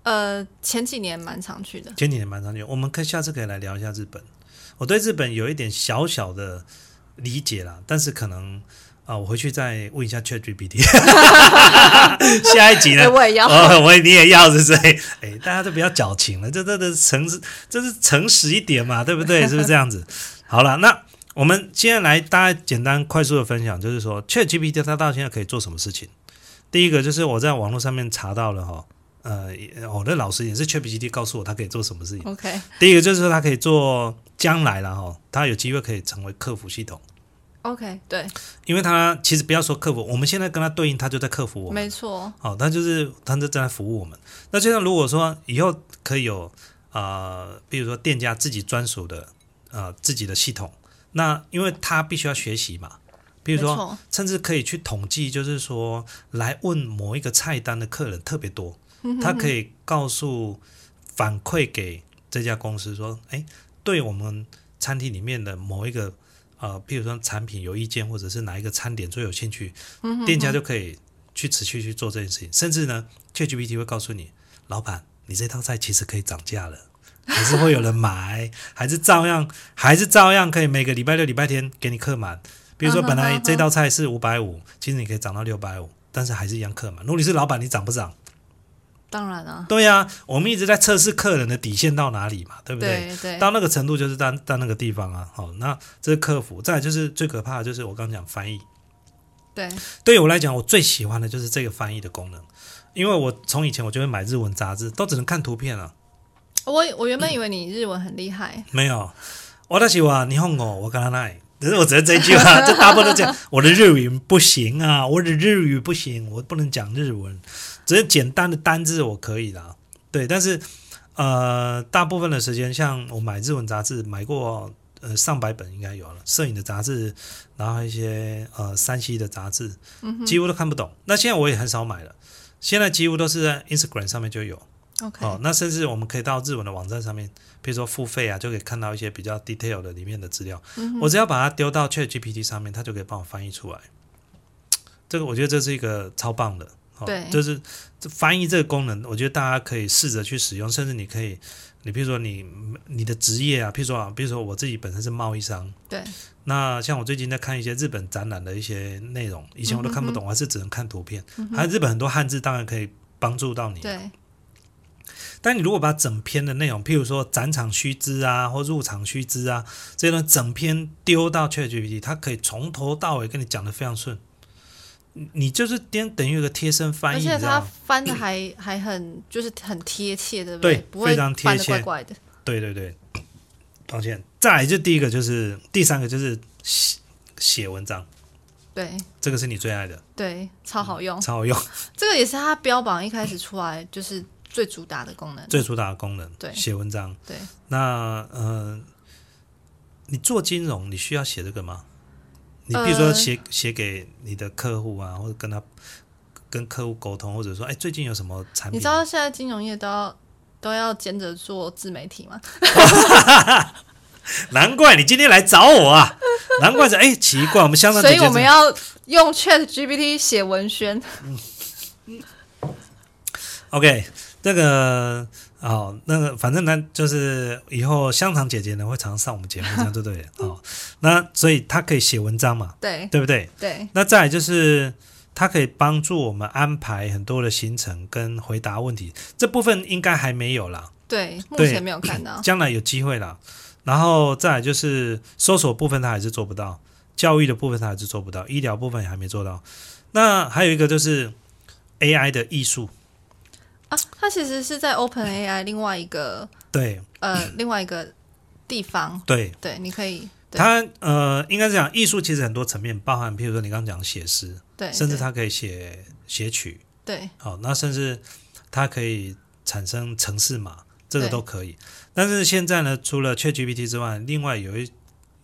[SPEAKER 2] 呃，前几年蛮常去的，
[SPEAKER 1] 前几年蛮常去，我们可以下次可以来聊一下日本。我对日本有一点小小的理解啦，但是可能啊、我回去再问一下 ChatGPT。下一集
[SPEAKER 2] 哎、
[SPEAKER 1] 呢？
[SPEAKER 2] 我也要。
[SPEAKER 1] 哦，我你也要是不是？ 哎，大家都不要矫情了，这这这诚实，这是诚实一点嘛，对不对？是不是这样子？好了，那我们现在来，大家简单快速的分享，就是说 ChatGPT 它到现在可以做什么事情？第一个就是我在网络上面查到了哈，呃，我的老师也是 ChatGPT 告诉我它可以做什么事情。
[SPEAKER 2] OK，
[SPEAKER 1] 第一个就是说它可以做将来了哈，它有机会可以成为客服系统，
[SPEAKER 2] OK，对，
[SPEAKER 1] 因为它其实不要说客服，我们现在跟它对应，它就在克服我们。
[SPEAKER 2] 没错，
[SPEAKER 1] 好、他就是他就正在服务我们。那就像如果说以后可以有呃，比如说店家自己专属的呃自己的系统，那因为他必须要学习嘛，比
[SPEAKER 2] 没
[SPEAKER 1] 如说
[SPEAKER 2] 错，
[SPEAKER 1] 甚至可以去统计，就是说来问某一个菜单的客人特别多，他可以告诉反馈给这家公司说，哎，对我们餐厅里面的某一个呃，譬如说产品有意见，或者是哪一个餐点最有兴趣，
[SPEAKER 2] 嗯
[SPEAKER 1] 店家就可以去持续去做这件事情，甚至呢，ChatGPT 会告诉你，老板，你这道菜其实可以涨价了。还是会有人买，还是照样，还是照样可以每个礼拜六、礼拜天给你客满。比如说，
[SPEAKER 2] 嗯哼
[SPEAKER 1] 本来
[SPEAKER 2] 哼
[SPEAKER 1] 这道菜是五百五，其实你可以涨到六百五，但是还是一样客满。如果你是老板，你涨不涨？
[SPEAKER 2] 当然啊，
[SPEAKER 1] 对呀、我们一直在测试客人的底线到哪里嘛，对不对？
[SPEAKER 2] 对对，
[SPEAKER 1] 到那个程度就是到到那个地方啊。好，那这是客服。再来就是最可怕的就是我刚讲翻译，
[SPEAKER 2] 对，
[SPEAKER 1] 对我来讲，我最喜欢的就是这个翻译的功能，因为我从以前我就会买日文杂志，都只能看图片啊，
[SPEAKER 2] 我我原本以为你日文很厉害，
[SPEAKER 1] 没有。我的喜欢你哄我，我跟他奈。可是我只能这一句话， 这大部分都讲我的日语不行啊，我的日语不行，我不能讲日文，只是简单的单字我可以啦。对，但是呃，大部分的时间，像我买日文杂志，买过呃上百本应该有了，摄影的杂志，然后还有一些呃山西的杂志，几乎都看不懂。那现在我也很少买了，现在几乎都是在 Instagram 上面就有。
[SPEAKER 2] OK，
[SPEAKER 1] 哦，那甚至我们可以到日文的网站上面，比如说付费啊，就可以看到一些比较 detail 的里面的资料。
[SPEAKER 2] 嗯
[SPEAKER 1] 我只要把它丢到 Chat GPT 上面，它就可以帮我翻译出来。这个我觉得这是一个超棒的，哦、
[SPEAKER 2] 对
[SPEAKER 1] 就是这翻译这个功能，我觉得大家可以试着去使用，甚至你可以，你比如说你你的职业啊，譬如说啊，比如说我自己本身是贸易商，
[SPEAKER 2] 对，
[SPEAKER 1] 那像我最近在看一些日本展览的一些内容，以前我都看不
[SPEAKER 2] 嗯
[SPEAKER 1] 懂，我还是只能看图片，还有日本很多汉字，当然可以帮助到你。
[SPEAKER 2] 对，
[SPEAKER 1] 但你如果把整篇的内容，譬如说展场须知啊，或入场须知啊，这些呢整篇丢到 ChatGPT，它可以从头到尾跟你讲的非常顺。你你就是等等于有个贴身翻译，
[SPEAKER 2] 而
[SPEAKER 1] 你
[SPEAKER 2] 且
[SPEAKER 1] 知
[SPEAKER 2] 他
[SPEAKER 1] 道吗？
[SPEAKER 2] 翻的还还很就是很贴切，对不
[SPEAKER 1] 对
[SPEAKER 2] 不会
[SPEAKER 1] 非常贴
[SPEAKER 2] 翻的
[SPEAKER 1] 切
[SPEAKER 2] 怪怪的。
[SPEAKER 1] 对对对，抱歉。再来就第一个就是第三个就是写写文章，
[SPEAKER 2] 对
[SPEAKER 1] 这个是你最爱的，
[SPEAKER 2] 对，超好用。
[SPEAKER 1] 超好用，
[SPEAKER 2] 这个也是它标榜一开始出来就是最主打的功能。
[SPEAKER 1] 最主打的功能。
[SPEAKER 2] 对
[SPEAKER 1] 写文章。
[SPEAKER 2] 对，
[SPEAKER 1] 那呃，你做金融，你需要写这个吗？你比如说
[SPEAKER 2] 呃
[SPEAKER 1] 写、写给你的客户啊，或者跟他跟客户沟通，或者说，哎，最近有什么产
[SPEAKER 2] 你
[SPEAKER 1] 品
[SPEAKER 2] 知？道现在金融业都要都要兼着做自媒体吗？
[SPEAKER 1] 难怪你今天来找我啊！难怪是哎，奇怪，我们香港
[SPEAKER 2] 所
[SPEAKER 1] 姐
[SPEAKER 2] 以
[SPEAKER 1] 姐
[SPEAKER 2] 我
[SPEAKER 1] 怎
[SPEAKER 2] 们
[SPEAKER 1] 么
[SPEAKER 2] 要用 Chat GPT 写文宣。
[SPEAKER 1] OK，那个哦，那个反正呢，就是以后香肠姐姐呢会常上我们节目，这样对不对？哦，那所以她可以写文章嘛，
[SPEAKER 2] 对
[SPEAKER 1] 对不对？
[SPEAKER 2] 对
[SPEAKER 1] 那再来就是，它可以帮助我们安排很多的行程跟回答问题，这部分应该还没有啦，
[SPEAKER 2] 对，目
[SPEAKER 1] 对
[SPEAKER 2] 前没有看到。
[SPEAKER 1] 将来有机会啦。然后再来就是搜索部分，它还是做不到；教育的部分，它还是做不到；医疗部分也还没做到。那还有一个就是 AI 的艺术，
[SPEAKER 2] 啊，它其实是在 Open AI 另外一个
[SPEAKER 1] 对
[SPEAKER 2] 呃另外一个地方，
[SPEAKER 1] 对，
[SPEAKER 2] 对，你可以对
[SPEAKER 1] 它呃，应该是讲艺术其实很多层面，包含譬如说你刚刚讲写诗，
[SPEAKER 2] 对，
[SPEAKER 1] 甚至
[SPEAKER 2] 对
[SPEAKER 1] 它可以写写曲，
[SPEAKER 2] 对
[SPEAKER 1] 好、哦那甚至它可以产生城市码，这个
[SPEAKER 2] 对
[SPEAKER 1] 都可以。但是现在呢，除了 ChatGPT 之外，另外有一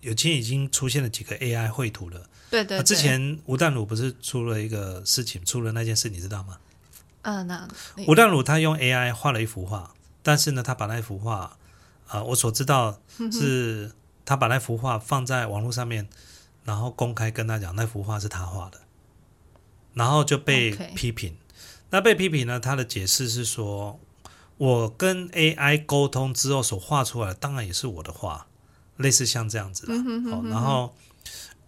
[SPEAKER 1] 有其实已经出现了几个 AI 绘图了。
[SPEAKER 2] 对
[SPEAKER 1] 那
[SPEAKER 2] 对对，
[SPEAKER 1] 啊之前吴淡如不是出了一个事情，出了那件事你知道吗？
[SPEAKER 2] 呃，那你
[SPEAKER 1] 吴淡如他用 AI 画了一幅画，但是呢，他把那幅画啊、我所知道
[SPEAKER 2] 嗯
[SPEAKER 1] 是他把那幅画放在网络上面，然后公开跟他讲那幅画是他画的，然后就被
[SPEAKER 2] OK
[SPEAKER 1] 批评。那被批评呢，他的解释是说，我跟 AI 沟通之后所画出来的，当然也是我的画，类似像这样子的。
[SPEAKER 2] 嗯
[SPEAKER 1] 哦，然后。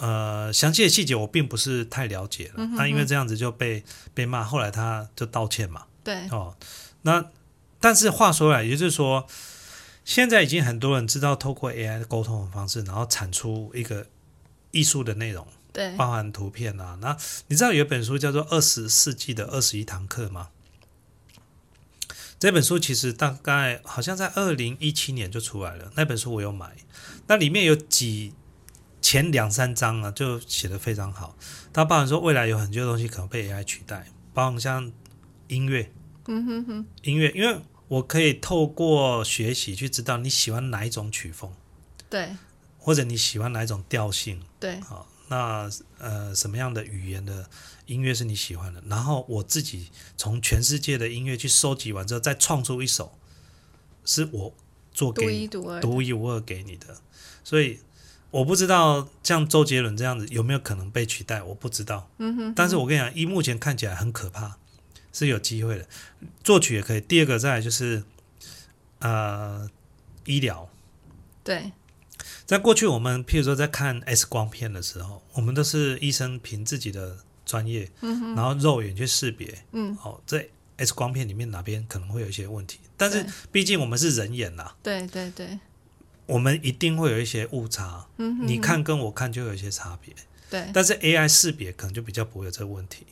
[SPEAKER 1] 呃，详细的细节我并不是太了解
[SPEAKER 2] 嗯
[SPEAKER 1] 了，那、因为这样子就被被骂，后来他就道歉嘛，
[SPEAKER 2] 对
[SPEAKER 1] 哦，那但是话说来，也就是说，现在已经很多人知道透过 AI 的沟通的方式，然后产出一个艺术的内容，
[SPEAKER 2] 对
[SPEAKER 1] 包含图片啊。那你知道有一本书叫做《二十世纪的二十一堂课》吗？这本书其实大概好像在二零一七年就出来了，那本书我有买，那里面有几前两三章啊，就写的非常好。它包含说未来有很多东西可能被 AI 取代，包含像音乐，嗯哼哼，音乐，因为我可以透过学习去知道你喜欢哪一种曲风，
[SPEAKER 2] 对
[SPEAKER 1] 或者你喜欢哪一种调性，
[SPEAKER 2] 对
[SPEAKER 1] 好，那呃，什么样的语言的音乐是你喜欢的？然后我自己从全世界的音乐去收集完之后，再创出一首，是我做给
[SPEAKER 2] 独
[SPEAKER 1] 你
[SPEAKER 2] 一独二，
[SPEAKER 1] 独一无二给你的。所以我不知道像周杰伦这样子有没有可能被取代，我不知道。嗯哼但是我跟你讲，一目前看起来很可怕，是有机会的。作曲也可以。第二个再来就是呃医疗，
[SPEAKER 2] 对
[SPEAKER 1] 在过去，我们譬如说在看 X 光片的时候，我们都是医生凭自己的专业，然后肉眼去识别，嗯，哦，在 X 光片里面哪边可能会有一些问题，但是
[SPEAKER 2] 对
[SPEAKER 1] 毕竟我们是人眼呐、
[SPEAKER 2] 对对对
[SPEAKER 1] 我们一定会有一些误差，嗯，你看跟我看就有一些差别，
[SPEAKER 2] 对
[SPEAKER 1] 但是 AI 识别可能就比较不会有这个问题。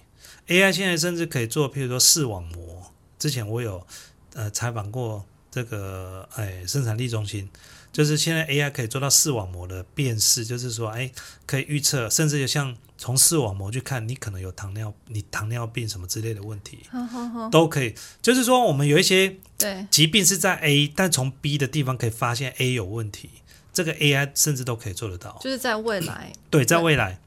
[SPEAKER 1] AI 现在甚至可以做，譬如说视网膜。之前我有呃采访过这个哎生产力中心，就是现在 AI 可以做到视网膜的辨识，就是说哎可以预测，甚至有像从视网膜去看你可能有糖尿你糖尿病什么之类的问题，
[SPEAKER 2] 哦
[SPEAKER 1] 都可以。就是说我们有一些
[SPEAKER 2] 对
[SPEAKER 1] 疾病是在 A，但从 B 的地方可以发现 A 有问题，这个 AI 甚至都可以做得到。
[SPEAKER 2] 就是在未来
[SPEAKER 1] 对，在未来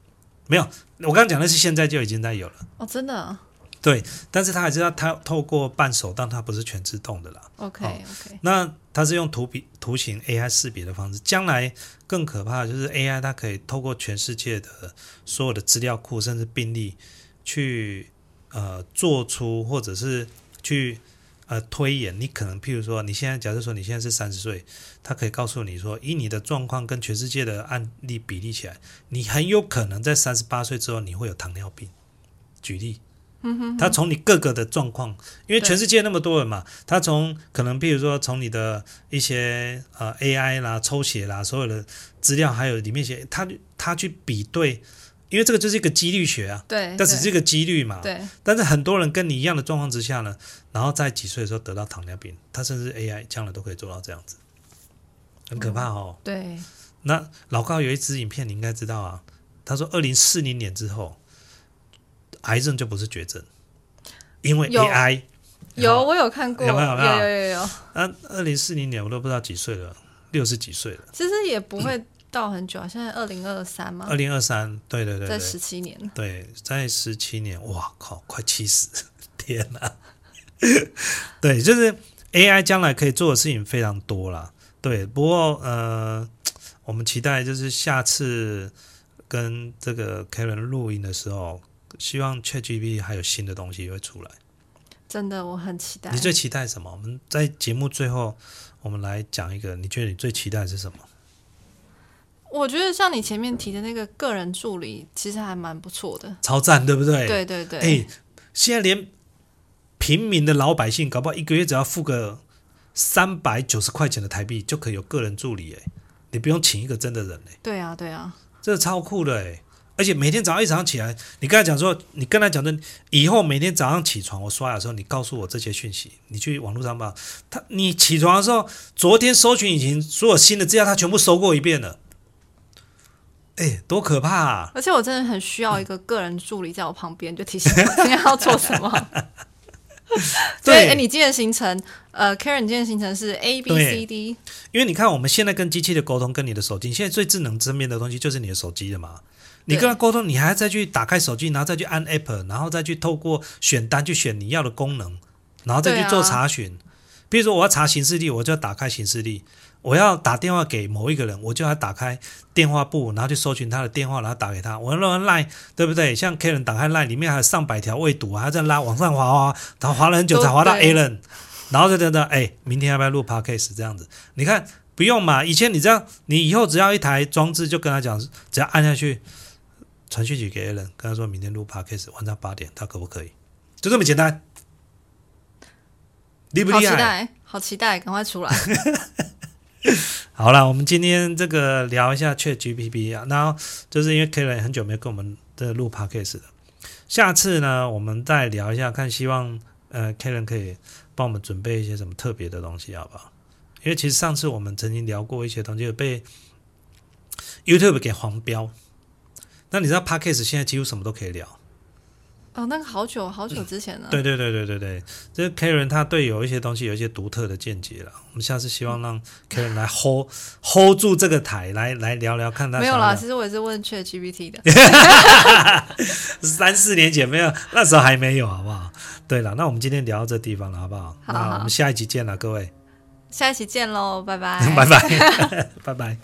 [SPEAKER 1] 没有，我刚刚讲的是现在就已经在有了，
[SPEAKER 2] 哦，真的
[SPEAKER 1] 但是它还是要它透过半手，但它不是全自动的啦。
[SPEAKER 2] OK
[SPEAKER 1] 哦
[SPEAKER 2] OK，
[SPEAKER 1] 那它是用图比图形 AI 识别的方式，将来更可怕的就是 AI 它可以透过全世界的所有的资料库甚至病例去呃做出或者是去呃推演，你可能譬如说你现在假设说你现在是三十岁，它可以告诉你说，以你的状况跟全世界的案例比例起来，你很有可能在三十八岁之后你会有糖尿病。举例，它从你各个的状况，因为全世界那么多人嘛，它从可能譬如说从你的一些呃 AI 啦、抽血啦、所有的资料，还有里面写，它它去比对，因为这个就是一个几率学啊，
[SPEAKER 2] 对，
[SPEAKER 1] 但只是
[SPEAKER 2] 对
[SPEAKER 1] 一个几率嘛。
[SPEAKER 2] 哎对
[SPEAKER 1] 但是很多人跟你一样的状况之下呢，然后在几岁的时候得到糖尿病，他甚至 AI 将来都可以做到这样子，很可怕哦。
[SPEAKER 2] 对
[SPEAKER 1] 那老高有一支影片，你应该知道啊。他说，二零四零年之后，癌症就不是绝症，因为
[SPEAKER 2] 有
[SPEAKER 1] AI。
[SPEAKER 2] 有我有看过，
[SPEAKER 1] 有
[SPEAKER 2] 有
[SPEAKER 1] 没有有没有
[SPEAKER 2] 有有有，
[SPEAKER 1] 啊，二零四零年我都不知道几岁了，六十几岁了，
[SPEAKER 2] 其实也不会到很久啊，现在二零二三嘛
[SPEAKER 1] 二，零二三，对嗯对对
[SPEAKER 2] 在
[SPEAKER 1] 对，
[SPEAKER 2] 十七年，
[SPEAKER 1] 对，在十七年，哇靠，快七十， 天哪、 对，就是 AI 将来可以做的事情非常多啦。对，不过呃，我们期待就是下次跟这个 Karen 录音的时候，希望 ChatGPT 还有新的东西会出来。
[SPEAKER 2] 真的我很期待。
[SPEAKER 1] 你最期待什么？我们在节目最后，我们来讲一个，你觉得你最期待的是什么？
[SPEAKER 2] 我觉得像你前面提的那个个人助理，其实还蛮不错的。
[SPEAKER 1] 超赞，对不对？。
[SPEAKER 2] 对对对，
[SPEAKER 1] 哎，现在连平民的老百姓，搞不好一个月只要付个三百九十块钱的台币，就可以有个人助理，哎，你不用请一个真的人，哎，
[SPEAKER 2] 对啊对啊，
[SPEAKER 1] 真的超酷的，哎。而且每天早上一早上起来，你跟他讲说，你跟他讲说，以后每天早上起床我刷牙的时候，你告诉我这些讯息，你去网络上吧。他你起床的时候，昨天搜寻引擎所有新的资料，他全部搜过一遍了。哎，多可怕、啊！
[SPEAKER 2] 而且我真的很需要一个个人助理在我旁边，就提醒 我今天要做什么。所以，
[SPEAKER 1] 对
[SPEAKER 2] 哎，你今天的行程，呃，Karen 你今天的行程是 A B
[SPEAKER 1] 对
[SPEAKER 2] C D，
[SPEAKER 1] 因为你看，我们现在跟机器的沟通，跟你的手机，现在最智能正面的东西就是你的手机了嘛。你跟他沟通，你还要再去打开手机，然后再去按 app，然后再去透过选单去选你要的功能，然后再去做
[SPEAKER 2] 对啊
[SPEAKER 1] 查询。比如说，我要查行事历，我就要打开行事历；我要打电话给某一个人，我就要打开电话簿，然后去搜寻他的电话，然后打给他。我要让 line，对不对？像 Karen 打开 line 里面还有上百条未读啊，还在拉往上滑滑，然后滑了很久才滑到
[SPEAKER 2] 对
[SPEAKER 1] Alan，然后就等等，哎，明天要不要录 podcast 这样子？你看不用嘛，以前你这样，你以后只要一台装置就跟他讲，只要按下去，传讯息给 Alan，跟他说明天录 podcast，晚上八点，他可不可以？就这么简单，厉不
[SPEAKER 2] 好
[SPEAKER 1] 厉
[SPEAKER 2] 期
[SPEAKER 1] 害？
[SPEAKER 2] 待，好期待，赶快出来。
[SPEAKER 1] 好了，我们今天这个聊一下 Chat GPT 啊，然后就是因为 K 人很久没跟我们的录 podcast 了，下次呢我们再聊一下，看希望呃 K 人可以帮我们准备一些什么特别的东西，好不好？因为其实上次我们曾经聊过一些东西，有被 YouTube 给黄标。那你知道 podcast 现在几乎什么都可以聊，
[SPEAKER 2] 哦，那个好久好久之前了。
[SPEAKER 1] 对对对对对对，这 Karen 他对有一些东西有一些独特的见解了。我们下次希望让 Karen 来 hold hold 住这个台，来来聊聊看他
[SPEAKER 2] 没有
[SPEAKER 1] 想
[SPEAKER 2] 啦，
[SPEAKER 1] 不想
[SPEAKER 2] 其实我也是问 Chat GPT 的。
[SPEAKER 1] 三四年前没有，那时候还没有，好不好？对了，那我们今天聊到这地方了，好不好？
[SPEAKER 2] 好
[SPEAKER 1] 那我
[SPEAKER 2] 好
[SPEAKER 1] 们下一集见了，各位，
[SPEAKER 2] 下一期见喽，拜拜，
[SPEAKER 1] 拜拜，拜拜。